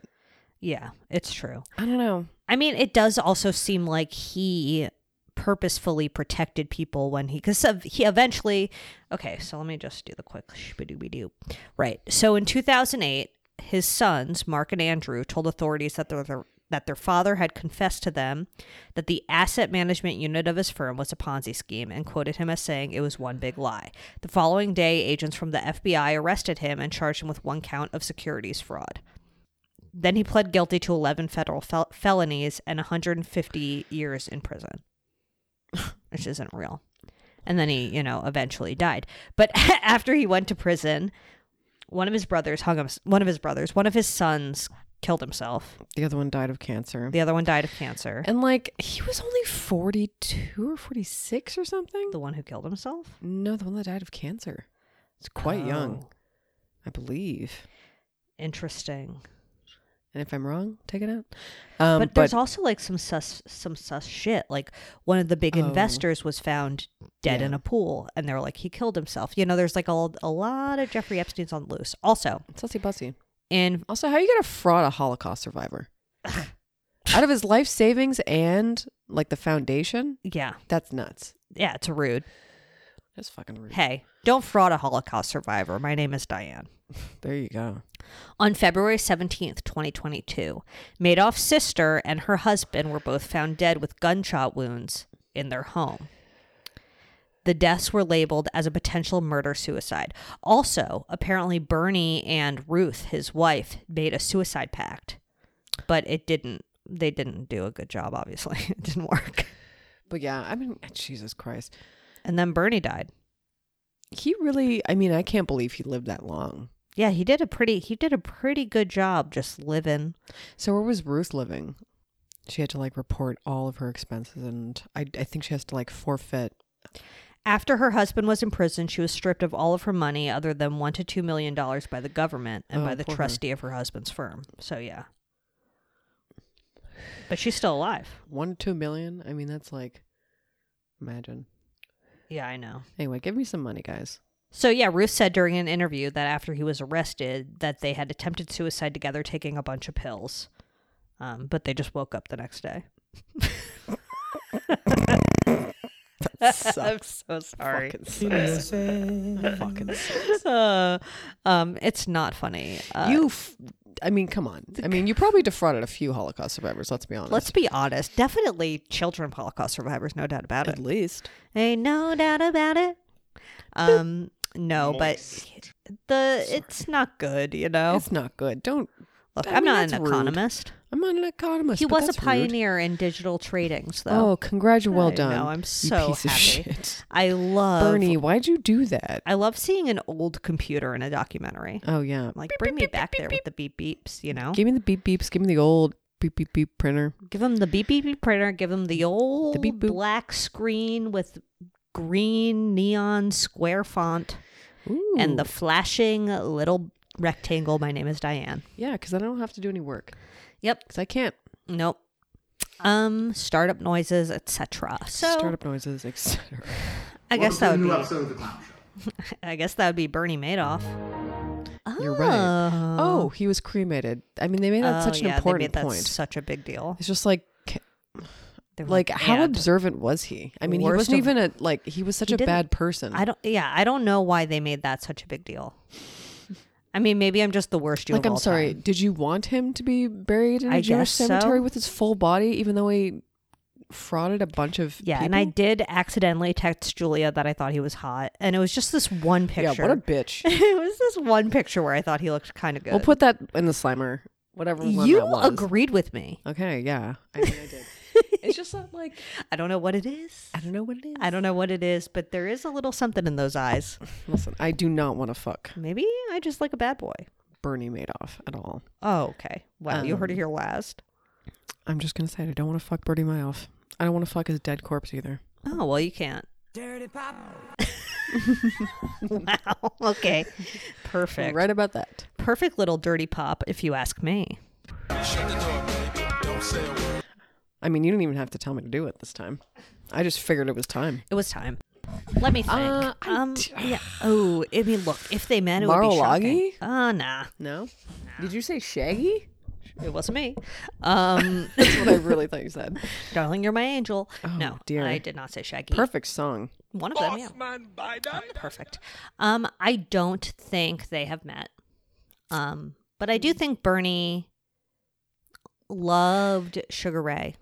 Speaker 4: yeah it's true
Speaker 3: I don't know.
Speaker 4: I mean, it does also seem like he purposefully protected people when he because he eventually okay so let me just do the quick shbidooby doo right so in 2008 his sons mark and andrew told authorities that their, their that their father had confessed to them that the asset management unit of his firm was a Ponzi scheme and quoted him as saying it was one big lie. The following day, agents from the FBI arrested him and charged him with one count of securities fraud. Then he pled guilty to 11 federal fel- felonies and 150 years in prison, which isn't real. And then he, you know, eventually died. But after he went to prison, one of his brothers hung him. One of his brothers, one of his sons, killed himself.
Speaker 3: The other one died of cancer.
Speaker 4: The other one died of cancer.
Speaker 3: And like he was only 42 or 46 or something.
Speaker 4: the one who killed himself.
Speaker 3: no, the one that died of cancer. It's quite young,
Speaker 4: Oh,
Speaker 3: I believe.
Speaker 4: Interesting.
Speaker 3: And if I'm wrong, take it out. Um,
Speaker 4: but there's also like some sus some sus shit. Like one of the big
Speaker 3: Oh.
Speaker 4: investors was found dead
Speaker 3: Yeah.
Speaker 4: in a pool, and they're like he killed himself. You know, there's like a, a lot of Jeffrey Epstein's on the loose. Also,
Speaker 3: Sussy Bussy.
Speaker 4: in
Speaker 3: Also, how are you going to fraud a Holocaust survivor? Out of his life savings and like the foundation?
Speaker 4: yeah,
Speaker 3: That's nuts.
Speaker 4: yeah, it's rude.
Speaker 3: That's fucking rude.
Speaker 4: Hey, don't fraud a Holocaust survivor. My name is Diane.
Speaker 3: There you go.
Speaker 4: On February 17th, 2022, Madoff's sister and her husband were both found dead with gunshot wounds in their home. The deaths were labeled as a potential murder suicide. Also, apparently, Bernie and Ruth, his wife, made a suicide pact, but it didn't. They didn't do a good job, obviously. It didn't work.
Speaker 3: But yeah, I mean, Jesus Christ.
Speaker 4: And then Bernie died.
Speaker 3: He really, I mean, I can't believe he lived that long.
Speaker 4: Yeah, he did a pretty he did a pretty good job just living.
Speaker 3: So where was Ruth living? She had to like report all of her expenses, and I, I think she has to like forfeit.
Speaker 4: After her husband was in prison, she was stripped of all of her money other than one to two million dollars by the government and
Speaker 3: Oh,
Speaker 4: by the
Speaker 3: poor her.
Speaker 4: trustee of her husband's firm. So yeah. But she's still alive.
Speaker 3: One to two million. I mean, that's like, imagine.
Speaker 4: Yeah, I know.
Speaker 3: Anyway, give me some money, guys.
Speaker 4: So yeah, Ruth said during an interview that after he was arrested that they had attempted suicide together taking a bunch of pills. Um, but they just woke up the next day. I'm
Speaker 3: Sucks.
Speaker 4: so sorry.
Speaker 3: Fucking sucks. Fucking sucks.
Speaker 4: Uh, um, it's not funny. Uh,
Speaker 3: you. F- I mean, come on. I mean, you probably defrauded a few Holocaust survivors. Let's be honest.
Speaker 4: Let's be honest. Definitely children of Holocaust survivors, no doubt about
Speaker 3: at
Speaker 4: it.
Speaker 3: least.
Speaker 4: Ain't no doubt about it. Um, no, but the it's not good, you know.
Speaker 3: It's not good. Don't.
Speaker 4: Look,
Speaker 3: I
Speaker 4: I'm
Speaker 3: mean,
Speaker 4: not
Speaker 3: that's
Speaker 4: an
Speaker 3: rude.
Speaker 4: economist.
Speaker 3: I'm not an economist.
Speaker 4: He
Speaker 3: but
Speaker 4: was a
Speaker 3: that's rude.
Speaker 4: pioneer in digital tradings,
Speaker 3: Oh,
Speaker 4: though.
Speaker 3: congratulations! Well
Speaker 4: I
Speaker 3: done.
Speaker 4: know, I'm
Speaker 3: you
Speaker 4: so
Speaker 3: piece of
Speaker 4: happy.
Speaker 3: shit.
Speaker 4: I love
Speaker 3: Bernie, why'd you do that?
Speaker 4: I love seeing an old computer in a documentary.
Speaker 3: Oh yeah.
Speaker 4: I'm like, bring me back there with the beep beeps, you know.
Speaker 3: Give me the beep beeps. Give me the old beep beep beep printer.
Speaker 4: Give him the beep beep beep printer. Give him the old
Speaker 3: beep boop.
Speaker 4: black screen with green neon square font
Speaker 3: Ooh.
Speaker 4: and the flashing little rectangle. My name is Diane.
Speaker 3: yeah, because then I don't have to do any work
Speaker 4: Yep.
Speaker 3: because I can't
Speaker 4: Nope. Um, startup noises, etc. So
Speaker 3: startup noises, etc.
Speaker 4: I guess that would be. I guess that would be Bernie Madoff.
Speaker 3: You're right.
Speaker 4: Oh.
Speaker 3: Oh, he was cremated. I mean, they made that
Speaker 4: Oh,
Speaker 3: such an
Speaker 4: yeah, they
Speaker 3: important
Speaker 4: made that
Speaker 3: point.
Speaker 4: Such a big deal.
Speaker 3: it's just like, ca-
Speaker 4: They were
Speaker 3: like how
Speaker 4: "And
Speaker 3: observant was he? I mean, he
Speaker 4: worst
Speaker 3: wasn't
Speaker 4: of-
Speaker 3: even a like he was such
Speaker 4: He
Speaker 3: a
Speaker 4: didn't-
Speaker 3: bad person.
Speaker 4: I don't. Yeah, I don't know why they made that such a big deal. I mean, maybe I'm just the worst Jew.
Speaker 3: like,
Speaker 4: of
Speaker 3: I'm
Speaker 4: all
Speaker 3: sorry.
Speaker 4: time.
Speaker 3: Did you want him to be buried in a
Speaker 4: I
Speaker 3: Jewish
Speaker 4: guess so.
Speaker 3: cemetery with his full body, even though he frauded a bunch of
Speaker 4: Yeah, and I
Speaker 3: people?
Speaker 4: did accidentally text Julia that I thought he was hot, and it was just this one picture.
Speaker 3: yeah, what a bitch.
Speaker 4: it was this one picture where I thought he looked kind of good.
Speaker 3: We'll put that in the slimer. Whatever one
Speaker 4: you
Speaker 3: that was.
Speaker 4: agreed with me.
Speaker 3: Okay, yeah. I mean, I did. it's just that, like,
Speaker 4: I don't know what it is.
Speaker 3: I don't know what it is.
Speaker 4: I don't know what it is, but there is a little something in those eyes.
Speaker 3: Listen, I do not want to fuck
Speaker 4: Maybe I just like a bad boy.
Speaker 3: Bernie Madoff at all.
Speaker 4: Oh, okay. Wow, you heard it
Speaker 3: Um,
Speaker 4: here last.
Speaker 3: I'm just going to say it. I don't want to fuck Bernie Madoff. I don't want to fuck his dead corpse either.
Speaker 4: Oh well, you can't. Dirty pop. wow. Okay. Perfect.
Speaker 3: Right about that.
Speaker 4: Perfect little dirty pop, if you ask me.
Speaker 3: I mean, you didn't even have to tell me to do it this time. I just figured it was time.
Speaker 4: It was time. Let me think.
Speaker 3: Uh, I
Speaker 4: um,
Speaker 3: d-
Speaker 4: yeah. Oh, I mean, look, if they met, it would be Uh,
Speaker 3: Mar-a-Lago?
Speaker 4: shocking. Ah, nah.
Speaker 3: No? Did you say Shaggy?
Speaker 4: It wasn't me. Um,
Speaker 3: That's what I really thought you said.
Speaker 4: darling, you're my angel. no,
Speaker 3: Oh, dear.
Speaker 4: I did not say Shaggy.
Speaker 3: Perfect song.
Speaker 4: One of them, yeah. Perfect. Um, I don't think they have met. Um, but I do think Bernie loved Sugar Ray.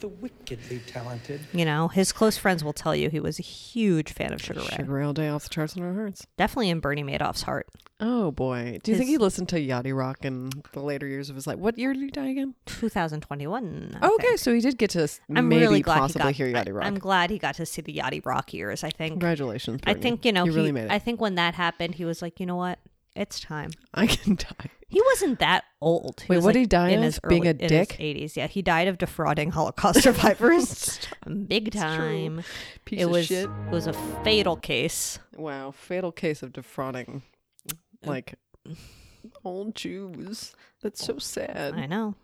Speaker 6: The wickedly talented.
Speaker 4: You know, his close friends will tell you he was a huge fan of Sugar Ray.
Speaker 3: Sugar Rail Day off the charts in our hearts.
Speaker 4: Definitely in Bernie Madoff's heart.
Speaker 3: Oh boy. Do you think
Speaker 4: His-
Speaker 3: he listened to Yachty Rock in the later years of his life? What year did he die again?
Speaker 4: 2021. I
Speaker 3: Oh, okay,
Speaker 4: think.
Speaker 3: so he did get to s-
Speaker 4: I'm
Speaker 3: maybe
Speaker 4: really glad
Speaker 3: possibly
Speaker 4: he got,
Speaker 3: hear Yachty Rock.
Speaker 4: I, am glad he got to see the Yachty Rock years. I think.
Speaker 3: Congratulations.
Speaker 4: I
Speaker 3: Brittany.
Speaker 4: think you know.
Speaker 3: you
Speaker 4: he,
Speaker 3: really made it.
Speaker 4: I think when that happened, he was like, you know what, it's time.
Speaker 3: I can die.
Speaker 4: He wasn't that old. He
Speaker 3: Wait,
Speaker 4: was,
Speaker 3: what did
Speaker 4: like,
Speaker 3: he die
Speaker 4: in
Speaker 3: of?
Speaker 4: His early,
Speaker 3: Being a
Speaker 4: in his
Speaker 3: dick?
Speaker 4: 80s. Yeah, he died of defrauding Holocaust survivors, big time.
Speaker 3: Piece
Speaker 4: it
Speaker 3: of
Speaker 4: was
Speaker 3: shit.
Speaker 4: it was a fatal case.
Speaker 3: Wow, fatal case of defrauding,
Speaker 4: Uh,
Speaker 3: like old Jews. That's so
Speaker 4: I
Speaker 3: sad.
Speaker 4: know.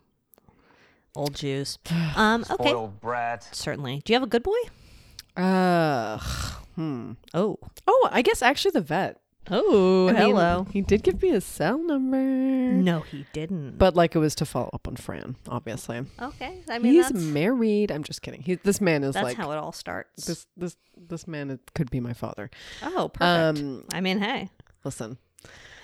Speaker 4: Old Jews. Um. Okay. Certainly. Do you have a good boy?
Speaker 3: Uh, hmm.
Speaker 4: Oh.
Speaker 3: Oh, I guess actually the vet.
Speaker 4: Oh.
Speaker 3: I mean,
Speaker 4: hello.
Speaker 3: he did give me his cell number,
Speaker 4: no, he didn't.
Speaker 3: but like it was to follow up on Fran, obviously.
Speaker 4: okay. I mean,
Speaker 3: He's
Speaker 4: that's,
Speaker 3: married. I'm just kidding. He, this man is
Speaker 4: that's
Speaker 3: like
Speaker 4: how it all starts.
Speaker 3: this. This this man is- could be my father.
Speaker 4: oh, perfect.
Speaker 3: Um,
Speaker 4: I mean, hey,
Speaker 3: Listen,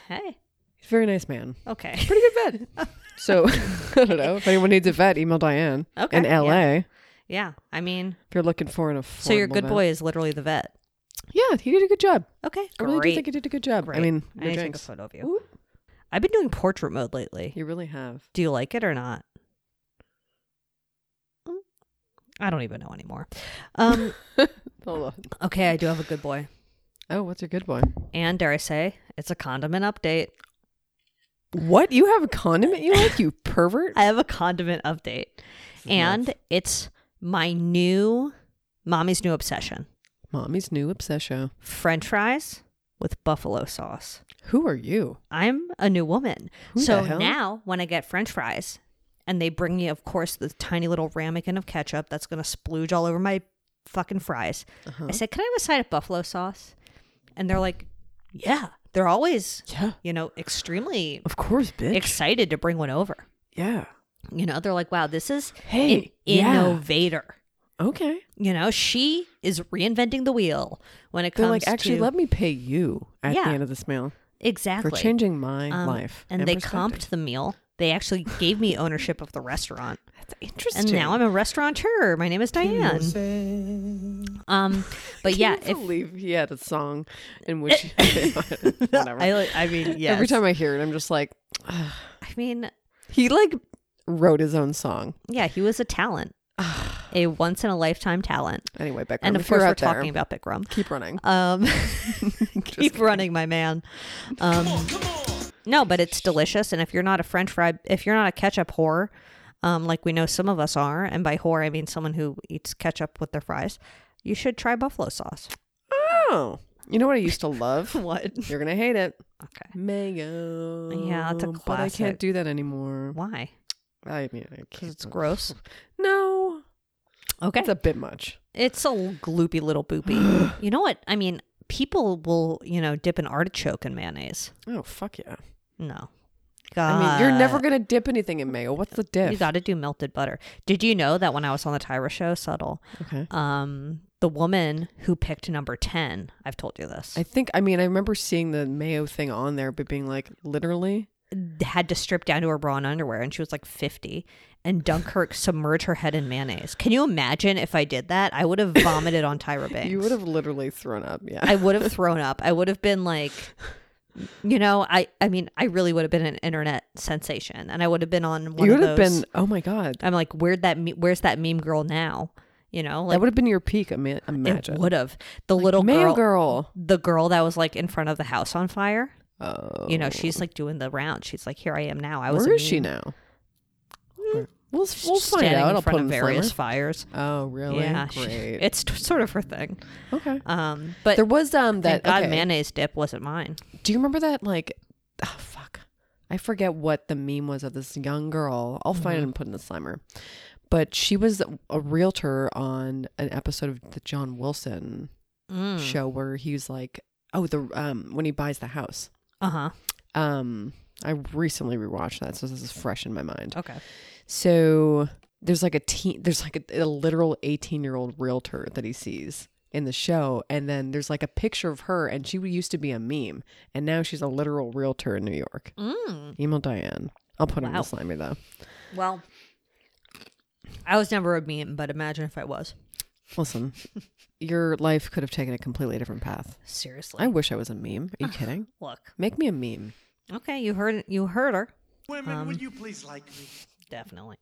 Speaker 4: hey.
Speaker 3: he's a very nice man.
Speaker 4: Okay.
Speaker 3: Pretty good vet. so I don't know if anyone needs a vet. Email Diane
Speaker 4: Okay,
Speaker 3: in
Speaker 4: yeah.
Speaker 3: L.A.
Speaker 4: Yeah. I mean,
Speaker 3: If you're looking for an affordable.
Speaker 4: so your good
Speaker 3: vet.
Speaker 4: boy is literally the vet.
Speaker 3: Yeah, he did a good job.
Speaker 4: Okay.
Speaker 3: I
Speaker 4: Great.
Speaker 3: really do think he did a good job.
Speaker 4: Great.
Speaker 3: I mean,
Speaker 4: I
Speaker 3: no
Speaker 4: need to take a
Speaker 3: jinx.
Speaker 4: photo of you.
Speaker 3: Whoop.
Speaker 4: I've been doing portrait mode lately.
Speaker 3: You really have.
Speaker 4: Do you like it or not? Mm. I don't even know anymore. Um,
Speaker 3: Hold on.
Speaker 4: okay, I do have a good boy.
Speaker 3: Oh, what's your good boy?
Speaker 4: And dare I say, it's a condiment update.
Speaker 3: What? You have a condiment you like, you pervert?
Speaker 4: I have a condiment update. And it's my new, mommy's new obsession
Speaker 3: Mommy's new obsession.
Speaker 4: French fries with buffalo sauce.
Speaker 3: Who are you?
Speaker 4: I'm a new woman.
Speaker 3: Who the
Speaker 4: so
Speaker 3: hell?
Speaker 4: now when I get french fries and they bring me, of course, the tiny little ramekin of ketchup that's going to splooge all over my fucking fries,
Speaker 3: Uh-huh.
Speaker 4: I say, Can I have a side of buffalo sauce? And they're like, Yeah. They're always,
Speaker 3: Yeah.
Speaker 4: you know, extremely
Speaker 3: Of course, bitch.
Speaker 4: excited to bring one over.
Speaker 3: yeah.
Speaker 4: You know, they're like, Wow, this is
Speaker 3: Hey,
Speaker 4: an
Speaker 3: yeah.
Speaker 4: innovator.
Speaker 3: Okay.
Speaker 4: You know, she is reinventing the wheel when it comes
Speaker 3: They're like, actually,
Speaker 4: to
Speaker 3: let me pay you at
Speaker 4: Yeah.
Speaker 3: the end of this meal
Speaker 4: exactly
Speaker 3: for changing my
Speaker 4: Um,
Speaker 3: life.
Speaker 4: And, they
Speaker 3: perspective.
Speaker 4: comped the meal. They actually gave me ownership of the restaurant.
Speaker 3: That's interesting.
Speaker 4: And now I'm a restaurateur. My name is Diane. Um, but yeah,
Speaker 3: I
Speaker 4: if
Speaker 3: believe he had a song in which. whatever.
Speaker 4: I, li- I mean, yeah.
Speaker 3: Every time I hear it, I'm just like,
Speaker 4: I mean,
Speaker 3: he like wrote his own song.
Speaker 4: yeah, he was a talent, a once in a lifetime talent.
Speaker 3: Anyway, Beckham.
Speaker 4: And of
Speaker 3: if you're
Speaker 4: course, we're
Speaker 3: out there,
Speaker 4: talking about Bikram.
Speaker 3: Keep running.
Speaker 4: Um, keep running, my man. Um, No, but it's delicious. And if you're not a French fry, if you're not a ketchup whore, um, like we know some of us are, and by whore I mean someone who eats ketchup with their fries, you should try buffalo sauce.
Speaker 3: Oh, you know what I used to love?
Speaker 4: What?
Speaker 3: You're gonna hate it.
Speaker 4: Okay.
Speaker 3: Mayo.
Speaker 4: Yeah, that's a
Speaker 3: But I
Speaker 4: classic.
Speaker 3: can't do that anymore.
Speaker 4: Why?
Speaker 3: I mean, I can't
Speaker 4: Because it's
Speaker 3: do it.
Speaker 4: gross.
Speaker 3: No,
Speaker 4: Okay.
Speaker 3: it's a bit much.
Speaker 4: It's a l- gloopy little boopy. you know what? I mean, people will, you know, dip an artichoke in mayonnaise.
Speaker 3: Oh fuck yeah!
Speaker 4: No.
Speaker 3: I mean, you're never
Speaker 4: God.
Speaker 3: gonna dip anything in mayo. What's the diff?
Speaker 4: Uh, You got to do melted butter. Did you know that when I was on the Tyra show, subtle,
Speaker 3: Okay.
Speaker 4: um, the woman who picked number 10, I've told you this,
Speaker 3: I think. I mean, I remember seeing the mayo thing on there, but being like, literally.
Speaker 4: had to strip down to her bra and underwear, and she was like 50, and dunk her, submerge her head in mayonnaise. Can you imagine if I did that? I would have vomited on Tyra Banks.
Speaker 3: You would have literally thrown up, yeah.
Speaker 4: I would have thrown up. I would have been like, you know, I, I mean, I really would have been an internet sensation, and I would have been on one
Speaker 3: you
Speaker 4: of
Speaker 3: would have
Speaker 4: those-
Speaker 3: been, oh my god,
Speaker 4: I'm like, where'd that? Me- where's that meme girl now? You know, like
Speaker 3: that would have been your peak. ima-
Speaker 4: It
Speaker 3: Imagine
Speaker 4: would have. The little girl,
Speaker 3: mayo girl.
Speaker 4: the girl that was like in front of the house on fire.
Speaker 3: Oh,
Speaker 4: You know, she's like doing the round. She's like, here I am now. I was.
Speaker 3: where
Speaker 4: a
Speaker 3: is she
Speaker 4: meme."
Speaker 3: now? Where- We'll, we'll find
Speaker 4: Standing
Speaker 3: out.
Speaker 4: In
Speaker 3: I'll
Speaker 4: front of
Speaker 3: put in
Speaker 4: various
Speaker 3: various.
Speaker 4: fires.
Speaker 3: oh, really?
Speaker 4: Yeah, she-
Speaker 3: Great.
Speaker 4: it's t- sort of her thing.
Speaker 3: okay.
Speaker 4: Um, but
Speaker 3: there was um
Speaker 4: thank
Speaker 3: that.
Speaker 4: God
Speaker 3: okay.
Speaker 4: mayonnaise dip wasn't mine.
Speaker 3: Do you remember that? Like, oh, fuck. I forget what the meme was of this young girl. I'll
Speaker 4: Mm-hmm.
Speaker 3: find it and put in the slimer. But she was a realtor on an episode of the John Wilson
Speaker 4: Mm. Uh-huh.
Speaker 3: show where he was like, oh, the um when he buys the house.
Speaker 4: Uh huh.
Speaker 3: um I recently rewatched that, so this is fresh in my mind.
Speaker 4: Okay.
Speaker 3: So there's like a teen, there's like a, a literal 18 year old realtor that he sees in the show, and then there's like a picture of her, and she used to be a meme, and now she's a literal realtor in New York. Email Diane. I'll put him in
Speaker 4: Wow.
Speaker 3: the slimy though.
Speaker 4: Mm. Well, I was never a meme, but imagine if I was.
Speaker 3: Listen, your life could have taken a completely different path.
Speaker 4: Seriously.
Speaker 3: I wish I was a meme. Are you kidding?
Speaker 4: Look.
Speaker 3: Make me a meme.
Speaker 4: Okay, you heard it. You heard her.
Speaker 5: Women,
Speaker 4: Um,
Speaker 5: would you please like me?
Speaker 4: Definitely.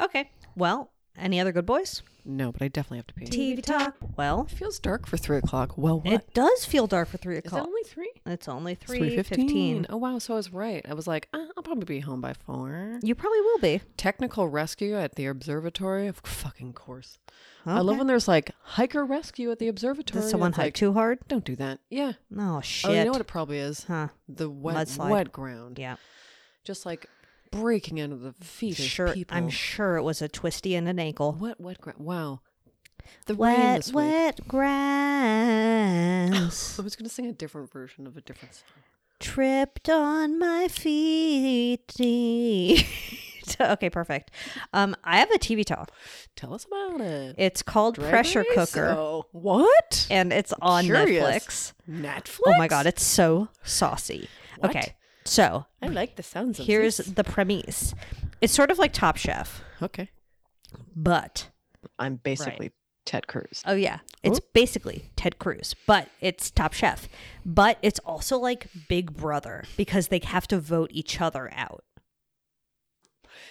Speaker 4: Okay. Well, any other good boys?
Speaker 3: No, but I definitely have to pee.
Speaker 4: TV talk. Well,
Speaker 3: It feels dark for three o'clock. Well, what?
Speaker 4: it does feel dark for three
Speaker 3: Is that
Speaker 4: o'clock.
Speaker 3: only three?
Speaker 4: It's only
Speaker 3: It's 3:15.
Speaker 4: 3.15.
Speaker 3: Oh wow, so I was right. I was like, uh, I'll probably be home by four.
Speaker 4: You probably will be.
Speaker 3: Technical rescue at the observatory, of fucking course. I love when there's like hiker rescue at the observatory.
Speaker 4: Did someone
Speaker 3: It's
Speaker 4: hike
Speaker 3: like,
Speaker 4: too hard?
Speaker 3: Don't do that. Yeah.
Speaker 4: No, shit.
Speaker 3: Oh, you know what it probably is?
Speaker 4: Huh.
Speaker 3: The wet
Speaker 4: Mudslide.
Speaker 3: wet ground.
Speaker 4: Yeah.
Speaker 3: Just like breaking into the feet
Speaker 4: Sure.
Speaker 3: of people.
Speaker 4: I'm sure it was a twisty and an ankle.
Speaker 3: Wet wet ground. Wow. The rain
Speaker 4: Wet,
Speaker 3: this week.
Speaker 4: wet grass.
Speaker 3: I was gonna sing a different version of a different song.
Speaker 4: tripped on my feet. okay, perfect. Um, I have a TV talk.
Speaker 3: Tell us about it.
Speaker 4: It's called
Speaker 3: Drag
Speaker 4: Pressure
Speaker 3: Race?
Speaker 4: Cooker,
Speaker 3: Oh, what?
Speaker 4: and it's on Netflix.
Speaker 3: Curious. Netflix.
Speaker 4: Oh my god, it's so saucy.
Speaker 3: What?
Speaker 4: Okay, so
Speaker 3: I like the sounds of
Speaker 4: here's
Speaker 3: this.
Speaker 4: the premise. It's sort of like Top Chef,
Speaker 3: Okay.
Speaker 4: but
Speaker 3: I'm basically Ted Cruz.
Speaker 4: Oh yeah, it's basically Ted Cruz, but it's Top Chef, but it's also like Big Brother because they have to vote each other out.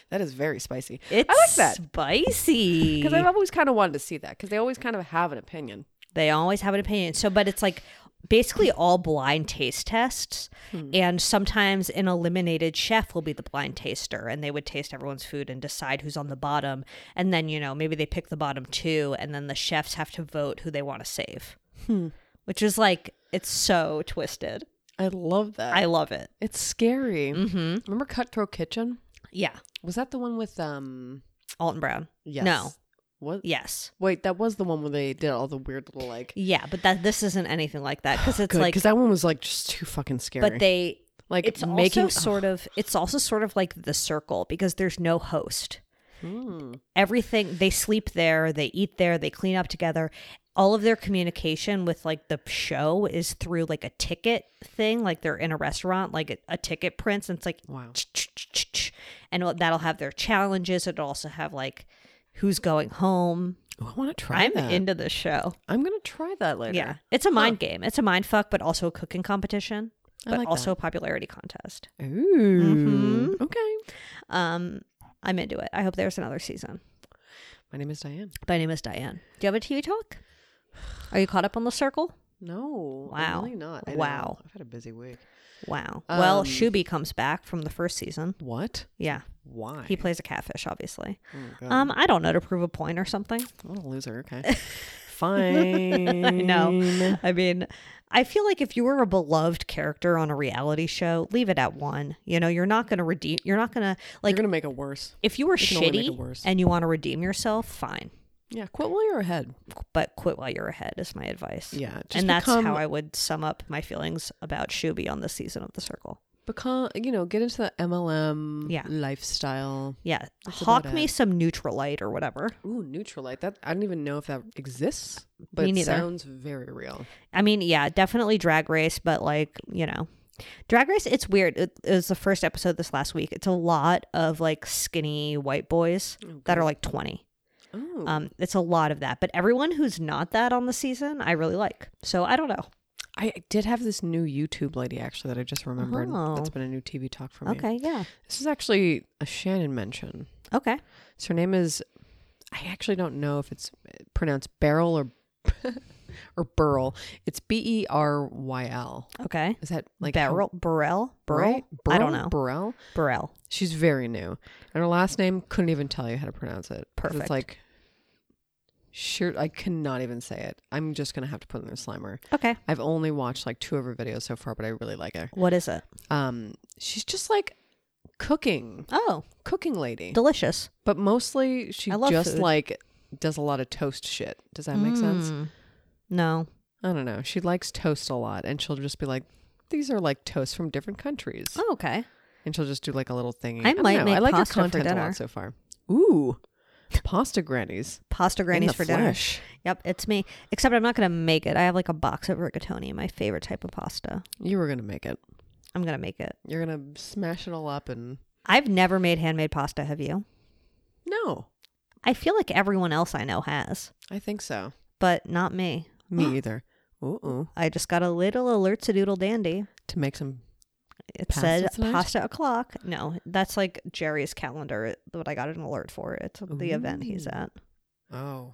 Speaker 3: That is very spicy.
Speaker 4: It's
Speaker 3: I like that
Speaker 4: spicy
Speaker 3: because I've always kind of wanted to see that because they always kind of have an opinion.
Speaker 4: they always have an opinion. So, but it's like basically all blind taste tests,
Speaker 3: Hmm.
Speaker 4: and sometimes an eliminated chef will be the blind taster, and they would taste everyone's food and decide who's on the bottom, and then you know maybe they pick the bottom two, and then the chefs have to vote who they want to save,
Speaker 3: Hmm.
Speaker 4: which is like it's so twisted.
Speaker 3: I love that.
Speaker 4: I love it.
Speaker 3: it's scary. Mm-hmm. Remember Cutthroat Kitchen?
Speaker 4: Yeah.
Speaker 3: Was that the one with um?
Speaker 4: Alton Brown.
Speaker 3: Yes.
Speaker 4: No.
Speaker 3: What?
Speaker 4: Yes.
Speaker 3: Wait, that was the one where they did all the weird little like.
Speaker 4: Yeah, but that this isn't anything like that because it's
Speaker 3: Good,
Speaker 4: like,
Speaker 3: because that one was like just too fucking scary.
Speaker 4: but they
Speaker 3: Like,
Speaker 4: it's
Speaker 3: making-
Speaker 4: also sort of it's also sort of like the circle because there's no host.
Speaker 3: Hmm.
Speaker 4: Everything they sleep there, they eat there, they clean up together. All of their communication with like the show is through like a ticket thing. Like they're in a restaurant, like a, a ticket prints, and it's like
Speaker 3: Wow.
Speaker 4: and that'll have their challenges. It'll also have like who's going home.
Speaker 3: Ooh, I want to try
Speaker 4: I'm
Speaker 3: that.
Speaker 4: into this show.
Speaker 3: I'm gonna try that later.
Speaker 4: Yeah, it's a mind game. It's a mind fuck, but also a cooking competition,
Speaker 3: I
Speaker 4: but
Speaker 3: like
Speaker 4: also a popularity contest.
Speaker 3: Ooh. Mm-hmm. Okay.
Speaker 4: Um, I'm into it. I hope there's another season.
Speaker 3: My name is Diane.
Speaker 4: My name is Diane. Do you have a TV talk? Are you caught up on the circle?
Speaker 3: No.
Speaker 4: Wow.
Speaker 3: I'm really not. I know.
Speaker 4: Wow.
Speaker 3: I've had a busy week.
Speaker 4: Wow. well,
Speaker 3: Um,
Speaker 4: Shuby comes back from the first season.
Speaker 3: What?
Speaker 4: Yeah,
Speaker 3: Why?
Speaker 4: he plays a catfish, obviously.
Speaker 3: Oh God.
Speaker 4: um, I don't know to prove a point or something.
Speaker 3: What a loser. Okay. Fine.
Speaker 4: I know. I mean, I feel like if you were a beloved character on a reality show, leave it at one. You know, you're not gonna redeem. You're not gonna
Speaker 3: You're
Speaker 4: like
Speaker 3: gonna make it worse.
Speaker 4: if you were
Speaker 3: You can only make it
Speaker 4: shitty
Speaker 3: worse.
Speaker 4: and you want to redeem yourself, fine.
Speaker 3: Yeah. Quit while you're ahead.
Speaker 4: But quit while you're ahead is my advice.
Speaker 3: Yeah, just
Speaker 4: and that's
Speaker 3: become-
Speaker 4: how I would sum up my feelings about Shuby on this season of The Circle.
Speaker 3: Become. You know. Get into the MLM.
Speaker 4: Yeah.
Speaker 3: Lifestyle.
Speaker 4: Yeah,
Speaker 3: That's
Speaker 4: hawk
Speaker 3: about
Speaker 4: me
Speaker 3: it.
Speaker 4: some Neutralite or whatever.
Speaker 3: Ooh, Neutralite. That I don't even know if that exists, but
Speaker 4: Me
Speaker 3: it
Speaker 4: neither.
Speaker 3: sounds very real.
Speaker 4: I mean, yeah, definitely Drag Race, but like you know, Drag Race. It's weird. It, it was the first episode this last week. It's a lot of like skinny white boys that are like twenty.
Speaker 3: Oh.
Speaker 4: Um, it's a lot of that, but everyone who's not that on the season, I really like. So I don't know.
Speaker 3: I did have this new YouTube lady actually that I just remembered.
Speaker 4: Oh.
Speaker 3: That's been a new TV talk for me.
Speaker 4: Okay, yeah,
Speaker 3: This is actually a Shannon mention.
Speaker 4: okay.
Speaker 3: So her name is I actually don't know if it's pronounced Beryl or or Burl. It's B E R Y L.
Speaker 4: Okay.
Speaker 3: Is that like how-
Speaker 4: Beryl, Burrell, Burrell.
Speaker 3: right?
Speaker 4: I don't know.
Speaker 3: Burrell.
Speaker 4: Burrell.
Speaker 3: She's very new, and her last name couldn't even tell you how to pronounce it. 'cause
Speaker 4: Perfect.
Speaker 3: It's like sure I cannot even say it. I'm just gonna have to put in the slimer.
Speaker 4: Okay.
Speaker 3: I've only watched like two of her videos so far, but I really like her.
Speaker 4: What is it?
Speaker 3: Um, she's just like cooking,
Speaker 4: Oh,
Speaker 3: cooking lady.
Speaker 4: delicious.
Speaker 3: But mostly she
Speaker 4: I love
Speaker 3: just
Speaker 4: food.
Speaker 3: like does a lot of toast shit. Does that make sense?
Speaker 4: Mm. No.
Speaker 3: I don't know. She likes toast a lot and she'll just be like, these are like toasts from different countries.
Speaker 4: Oh, okay.
Speaker 3: and she'll just do like a little thingy.
Speaker 4: I
Speaker 3: don't
Speaker 4: might
Speaker 3: know.
Speaker 4: make
Speaker 3: I like
Speaker 4: pasta for
Speaker 3: your content a
Speaker 4: dinner.
Speaker 3: lot so far. Ooh, pasta grannies.
Speaker 4: Pasta grannies
Speaker 3: the
Speaker 4: for
Speaker 3: flesh.
Speaker 4: dinner. Yep, it's me. Except I'm not gonna make it. I have like a box of rigatoni, my favorite type of pasta.
Speaker 3: You were gonna make it.
Speaker 4: I'm gonna make it.
Speaker 3: You're gonna smash it all up and
Speaker 4: I've never made handmade pasta. Have you?
Speaker 3: no,
Speaker 4: I feel like everyone else I know has,
Speaker 3: I think so.
Speaker 4: but not me.
Speaker 3: Me either. Ooh,
Speaker 4: I just got a little alert to doodle dandy.
Speaker 3: to make some.
Speaker 4: It
Speaker 3: Pasta
Speaker 4: said
Speaker 3: tonight?
Speaker 4: pasta o'clock. No, that's like Jerry's calendar. What I got an alert for. It's the event he's at.
Speaker 3: Oh,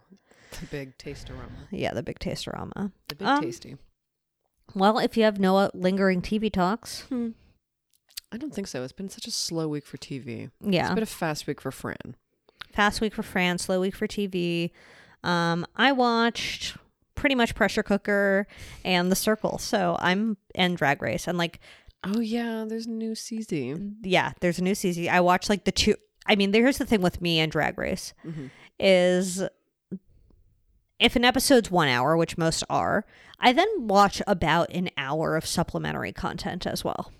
Speaker 3: the big tasterama.
Speaker 4: Yeah, the big tastorama.
Speaker 3: The big
Speaker 4: Um,
Speaker 3: tasty.
Speaker 4: Well, if you have no uh, lingering TV talks,
Speaker 3: Hmm, I don't think so. It's been such a slow week for TV.
Speaker 4: Yeah.
Speaker 3: It's been a fast week for Fran.
Speaker 4: fast week for France, slow week for TV. Um, I watched pretty much Pressure Cooker and The Circle. So I'm and Drag Race and like
Speaker 3: Oh yeah, there's a new season.
Speaker 4: yeah, there's a new season. I watched like the two. I mean, here's the thing with me and Drag Race
Speaker 3: Mm-hmm.
Speaker 4: is if an episode's one hour, which most are, I then watch about an hour of supplementary content as well.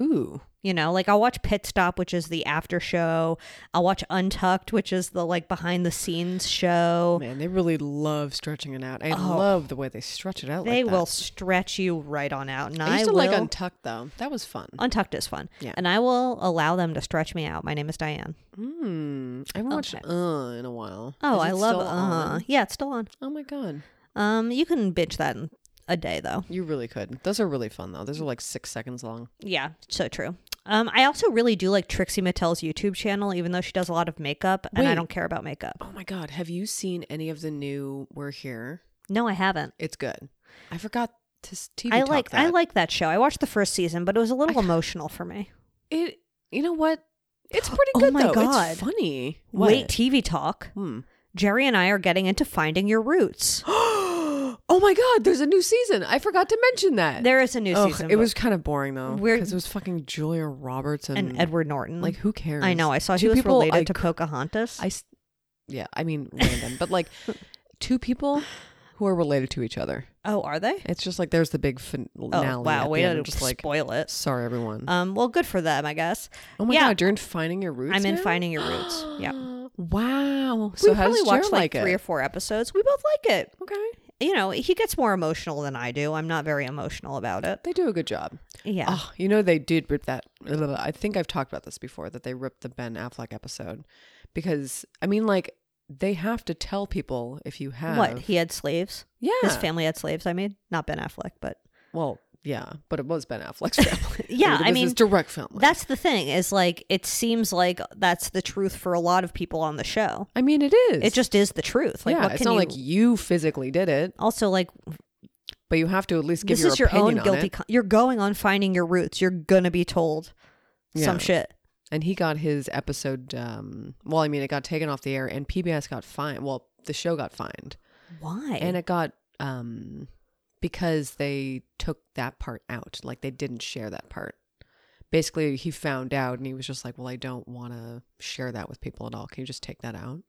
Speaker 3: Ooh.
Speaker 4: You know, like I'll watch Pit Stop, which is the after show. I'll watch Untucked, which is the like behind the scenes show.
Speaker 3: Man, they really love stretching it out. I
Speaker 4: Oh.
Speaker 3: love the way they stretch it out.
Speaker 4: they
Speaker 3: like that.
Speaker 4: will stretch you right on out, and I,
Speaker 3: I used to
Speaker 4: will.
Speaker 3: like Untucked though. That was fun.
Speaker 4: Untucked is fun,
Speaker 3: Yeah.
Speaker 4: and I will allow them to stretch me out. My name is Diane.
Speaker 3: Mm, I haven't watched
Speaker 4: Okay.
Speaker 3: Uh in a while.
Speaker 4: Oh,
Speaker 3: Is
Speaker 4: I
Speaker 3: it
Speaker 4: love.
Speaker 3: still
Speaker 4: Uh,
Speaker 3: on?
Speaker 4: yeah, it's still on.
Speaker 3: Oh my god,
Speaker 4: Um, you can binge that in a day though.
Speaker 3: you really could. Those are really fun though. Those are like six seconds long.
Speaker 4: Yeah, so true. Um, I also really do like Trixie Mattel's YouTube channel, even though she does a lot of makeup, and I
Speaker 3: Wait.
Speaker 4: don't care about makeup.
Speaker 3: Oh my god, have you seen any of the new We're Here?
Speaker 4: No, I haven't.
Speaker 3: It's good. I forgot to s- TV.
Speaker 4: I
Speaker 3: talk
Speaker 4: like I
Speaker 3: that.
Speaker 4: like that show. I watched the first season, but it was a little emotional for me.
Speaker 3: it. You know what? It's pretty
Speaker 4: Oh
Speaker 3: good
Speaker 4: my
Speaker 3: though. It's
Speaker 4: God.
Speaker 3: funny.
Speaker 4: Wait, TV talk.
Speaker 3: Hmm.
Speaker 4: Jerry and I are getting into finding your roots.
Speaker 3: oh my god, there's a new season. I forgot to mention that.
Speaker 4: There is a new
Speaker 3: Ugh,
Speaker 4: season.
Speaker 3: It
Speaker 4: but-
Speaker 3: was kind of boring though,
Speaker 4: We're-
Speaker 3: because it was fucking Julia Roberts and,
Speaker 4: and Edward Norton.
Speaker 3: Like, who cares?
Speaker 4: I know. I saw he
Speaker 3: Two
Speaker 4: was
Speaker 3: people
Speaker 4: related
Speaker 3: I
Speaker 4: to
Speaker 3: cou-
Speaker 4: Pocahontas.
Speaker 3: I, s- yeah, I mean random, but like two people who are related to each other.
Speaker 4: oh, are they?
Speaker 3: It's just like there's the big finale.
Speaker 4: Oh, wow.
Speaker 3: at
Speaker 4: Way
Speaker 3: the end.
Speaker 4: to
Speaker 3: I'm just like
Speaker 4: spoil it.
Speaker 3: sorry everyone.
Speaker 4: Um, well, good for them, I guess.
Speaker 3: oh my
Speaker 4: yeah.
Speaker 3: god, you're in Finding Your Roots.
Speaker 4: I'm in
Speaker 3: now?
Speaker 4: Finding Your Roots. Yep.
Speaker 3: Wow. So
Speaker 4: we
Speaker 3: how
Speaker 4: probably
Speaker 3: does Jer
Speaker 4: watched like,
Speaker 3: like, it?
Speaker 4: three or four episodes. We both like it.
Speaker 3: okay.
Speaker 4: You know, he gets more emotional than I do. I'm not very emotional about it.
Speaker 3: They do a good job.
Speaker 4: Yeah.
Speaker 3: Oh, you know they did rip that. I think I've talked about this before that they ripped the Ben Affleck episode because I mean like they have to tell people if you have
Speaker 4: What? He had slaves?
Speaker 3: Oh, yeah
Speaker 4: His family had slaves, I mean. Not Ben Affleck, but
Speaker 3: Well, yeah, but it was Ben Affleck's family.
Speaker 4: Yeah,
Speaker 3: it was
Speaker 4: I mean,
Speaker 3: his direct family.
Speaker 4: that's the thing, is like it seems like that's the truth for a lot of people on the show.
Speaker 3: I mean, it is.
Speaker 4: It just is the truth. Like
Speaker 3: yeah.
Speaker 4: what
Speaker 3: it's
Speaker 4: can
Speaker 3: not
Speaker 4: you
Speaker 3: like you physically did it,
Speaker 4: also like
Speaker 3: but you have to at least give
Speaker 4: this
Speaker 3: your
Speaker 4: is your own
Speaker 3: opinion on
Speaker 4: guilty
Speaker 3: it.
Speaker 4: con- you're going on finding your roots you're gonna be told some
Speaker 3: Yeah.
Speaker 4: shit
Speaker 3: and he got his episode. Um, well, I mean, it got taken off the air, and PBS got fined. Well, the show got fined,
Speaker 4: why
Speaker 3: and it got um, because they took that part out. Like they didn't share that part. Basically, he found out, and he was just like, "Well, I don't want to share that with people at all. Can you just take that out?"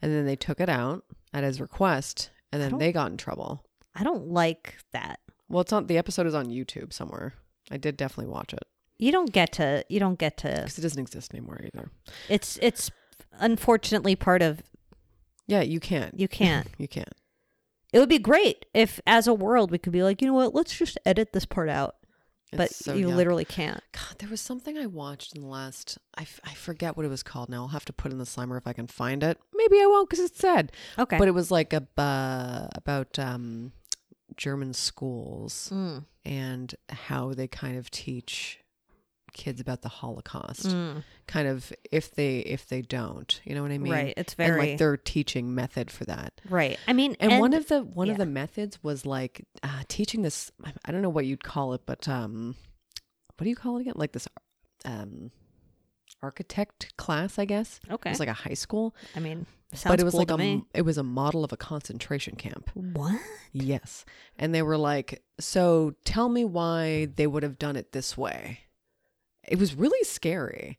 Speaker 3: And then they took it out at his request, and then
Speaker 4: don't-
Speaker 3: they got in trouble.
Speaker 4: i don't like that
Speaker 3: Well, it's on the episode is on YouTube somewhere. I did definitely watch it
Speaker 4: you don't get to you don't get to
Speaker 3: because it doesn't exist anymore either.
Speaker 4: it's it's unfortunately part of
Speaker 3: Yeah, you can't.
Speaker 4: You can't.
Speaker 3: you can't.
Speaker 4: it would be great if as a world we could be like you know what let's just edit this part out but
Speaker 3: It's so
Speaker 4: you
Speaker 3: yuck.
Speaker 4: literally can't
Speaker 3: God, there was something I watched in the last. I, f- I forget what it was called. Now I'll have to put in the slimer if I can find it. Maybe I won't because it's sad.
Speaker 4: Okay.
Speaker 3: But it was like a, uh, about um, German schools
Speaker 4: Mm.
Speaker 3: and how they kind of teach kids about the Holocaust.
Speaker 4: Mm.
Speaker 3: Kind of if they if they don't, you know what I mean?
Speaker 4: Right, it's
Speaker 3: and
Speaker 4: very-
Speaker 3: like their teaching method for that.
Speaker 4: right i mean
Speaker 3: And, one of the one of
Speaker 4: yeah.
Speaker 3: the methods was like uh, teaching this. I- I don't know what you'd call it, but um, what do you call it again? Like this, um, architect class, I guess.
Speaker 4: Okay.
Speaker 3: it was like a high school,
Speaker 4: i mean sounds
Speaker 3: but it was
Speaker 4: cool
Speaker 3: like
Speaker 4: to
Speaker 3: a
Speaker 4: me
Speaker 3: m- it was a model of a concentration camp.
Speaker 4: what
Speaker 3: Yes, and they were like, so tell me why they would have done it this way. It was really scary.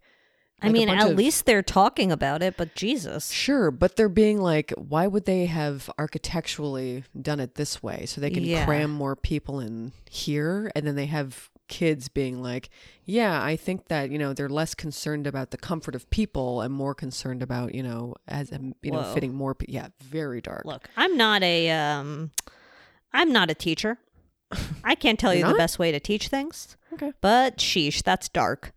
Speaker 4: i
Speaker 3: Like a
Speaker 4: mean
Speaker 3: bunch
Speaker 4: at
Speaker 3: of-
Speaker 4: least they're talking about it but jesus
Speaker 3: Sure, but they're being like, why would they have architecturally done it this way so they can
Speaker 4: Yeah.
Speaker 3: cram more people in here and then they have kids being like, yeah, I think that, you know, they're less concerned about the comfort of people and more concerned about, you know, as, um, you know,
Speaker 4: Whoa.
Speaker 3: fitting more. Pe- yeah, very dark.
Speaker 4: Look, I'm not a um I'm not a teacher. I can't tell you the
Speaker 3: not?
Speaker 4: best way to teach things.
Speaker 3: Okay.
Speaker 4: But sheesh, that's dark.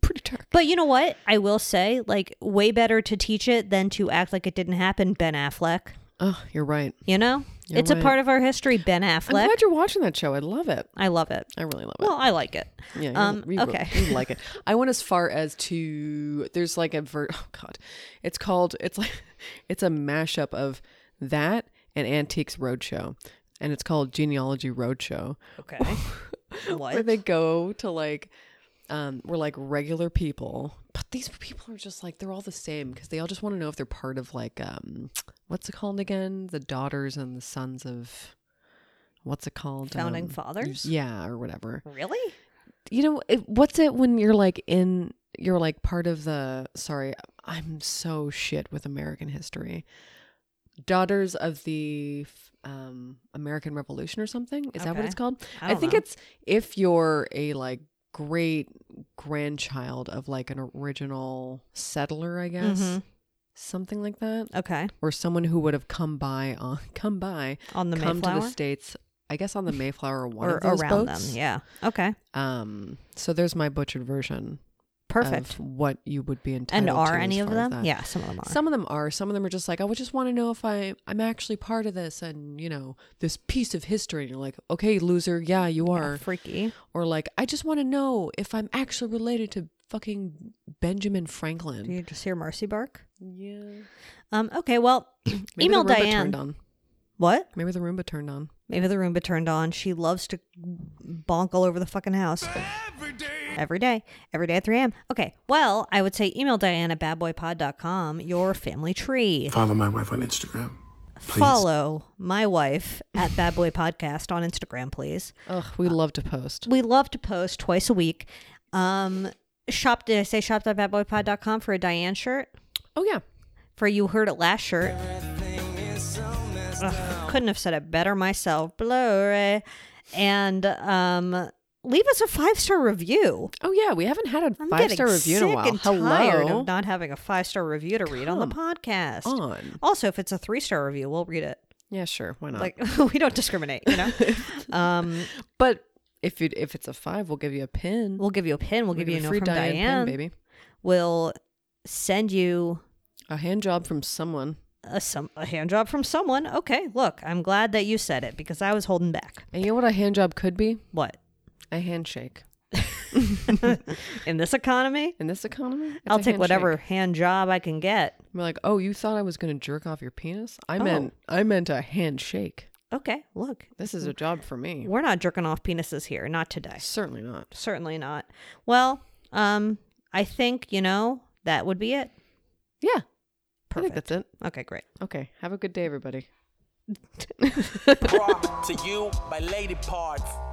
Speaker 3: Pretty dark.
Speaker 4: But you know what? I will say, like, way better to teach it than to act like it didn't happen, Ben Affleck.
Speaker 3: Oh, you're right.
Speaker 4: You know?
Speaker 3: You're
Speaker 4: it's
Speaker 3: right.
Speaker 4: a part of our history, Ben
Speaker 3: I'm
Speaker 4: Affleck.
Speaker 3: glad you're watching that show. I love it.
Speaker 4: I love it.
Speaker 3: I really love it.
Speaker 4: Well, I like it.
Speaker 3: Yeah. you-
Speaker 4: um,
Speaker 3: you,
Speaker 4: okay.
Speaker 3: You like it. I went as far as to there's like a ver- oh god, it's called it's like it's a mashup of that and Antiques Roadshow, and it's called Genealogy Roadshow,
Speaker 4: Okay.
Speaker 3: where
Speaker 4: what?
Speaker 3: they go to like. Um, we're like regular people, but these people are just like they're all the same because they all just want to know if they're part of like um, what's it called again? The daughters and the sons of what's it called?
Speaker 4: Founding
Speaker 3: Um,
Speaker 4: fathers?
Speaker 3: yeah, or whatever
Speaker 4: Really?
Speaker 3: you know it, what's it when you're like in you're like part of the sorry i'm so shit with american history daughters of the um american revolution or something is that what
Speaker 4: Okay.
Speaker 3: it's called
Speaker 4: I
Speaker 3: i
Speaker 4: don't
Speaker 3: think
Speaker 4: know.
Speaker 3: it's if you're a like great grandchild of like an original settler i guess
Speaker 4: Mhm.
Speaker 3: something like that
Speaker 4: Okay.
Speaker 3: or someone who would have come by on come by
Speaker 4: On the
Speaker 3: come to
Speaker 4: Mayflower?
Speaker 3: the states i guess on the mayflower or one
Speaker 4: Or
Speaker 3: of those
Speaker 4: around
Speaker 3: boats.
Speaker 4: them. Yeah. Okay.
Speaker 3: Um, so there's my butchered version
Speaker 4: Perfect.
Speaker 3: of what you would be entitled
Speaker 4: And are
Speaker 3: to as
Speaker 4: any of
Speaker 3: far as
Speaker 4: them?
Speaker 3: that.
Speaker 4: Yeah, some of them are.
Speaker 3: Some of them are. Some of them are just like, I would just want to know if I I'm actually part of this and you know this piece of history. And you're like, okay, loser, yeah, you are.
Speaker 4: freaky.
Speaker 3: Or like, I just want to know if I'm actually related to fucking Benjamin Franklin.
Speaker 4: Do you just hear Mercy bark?
Speaker 3: Yeah.
Speaker 4: Um, okay, well,
Speaker 3: Maybe
Speaker 4: email
Speaker 3: the Roomba
Speaker 4: Diane.
Speaker 3: Turned on.
Speaker 4: What?
Speaker 3: Maybe the Roomba turned on.
Speaker 4: Maybe the Roomba turned on. She loves to bonk all over the fucking house. Every day. Every day at 3 a.m. Okay. Well, I would say email Diane at badboypod.com, your family tree.
Speaker 2: Follow my wife on Instagram. Please.
Speaker 4: Follow my wife at badboypodcast on Instagram, please.
Speaker 3: Ugh, we love to post.
Speaker 4: We love to post twice a week. Um, shop, did I say shop.badboypod.com for a Diane shirt?
Speaker 3: Oh yeah.
Speaker 4: for you heard it last shirt. Ugh, couldn't have said it better myself. Blurry. And um, leave us a five star review.
Speaker 3: Oh yeah. We haven't had a
Speaker 4: I'm
Speaker 3: five
Speaker 4: getting
Speaker 3: star review
Speaker 4: sick
Speaker 3: in a while.
Speaker 4: and
Speaker 3: Hello.
Speaker 4: tired of not having a five star review to read on the podcast.
Speaker 3: on. Uh.
Speaker 4: Also, if it's a three star review, we'll read it.
Speaker 3: Yeah, sure. Why not?
Speaker 4: Like we don't discriminate, you know. um,
Speaker 3: But if you if it's a five, we'll give you a pin.
Speaker 4: we'll give you a pin. We'll
Speaker 3: We'll
Speaker 4: give you a
Speaker 3: a
Speaker 4: note
Speaker 3: free
Speaker 4: from
Speaker 3: Diane,
Speaker 4: Diane.
Speaker 3: pin, baby.
Speaker 4: We'll send you
Speaker 3: A hand job from someone.
Speaker 4: a some a hand job from someone. Okay, look, I'm glad that you said it because I was holding back.
Speaker 3: And you know what a hand job could be?
Speaker 4: What?
Speaker 3: A handshake.
Speaker 4: in this economy,
Speaker 3: In this economy, it's
Speaker 4: I'll
Speaker 3: a
Speaker 4: take whatever
Speaker 3: handshake.
Speaker 4: hand job I can get.
Speaker 3: I'm like, oh, you thought I was gonna jerk off your penis? I
Speaker 4: Oh.
Speaker 3: meant I meant a handshake.
Speaker 4: Okay, look,
Speaker 3: This is a job for me.
Speaker 4: we're not jerking off penises here, not today.
Speaker 3: Certainly not.
Speaker 4: Certainly not. Well, um, I think you know that would be it.
Speaker 3: Yeah.
Speaker 4: Perfect.
Speaker 3: I think that's it.
Speaker 4: Okay, great.
Speaker 3: Okay. Have a good day, everybody.
Speaker 1: Brought to you by Lady Parts.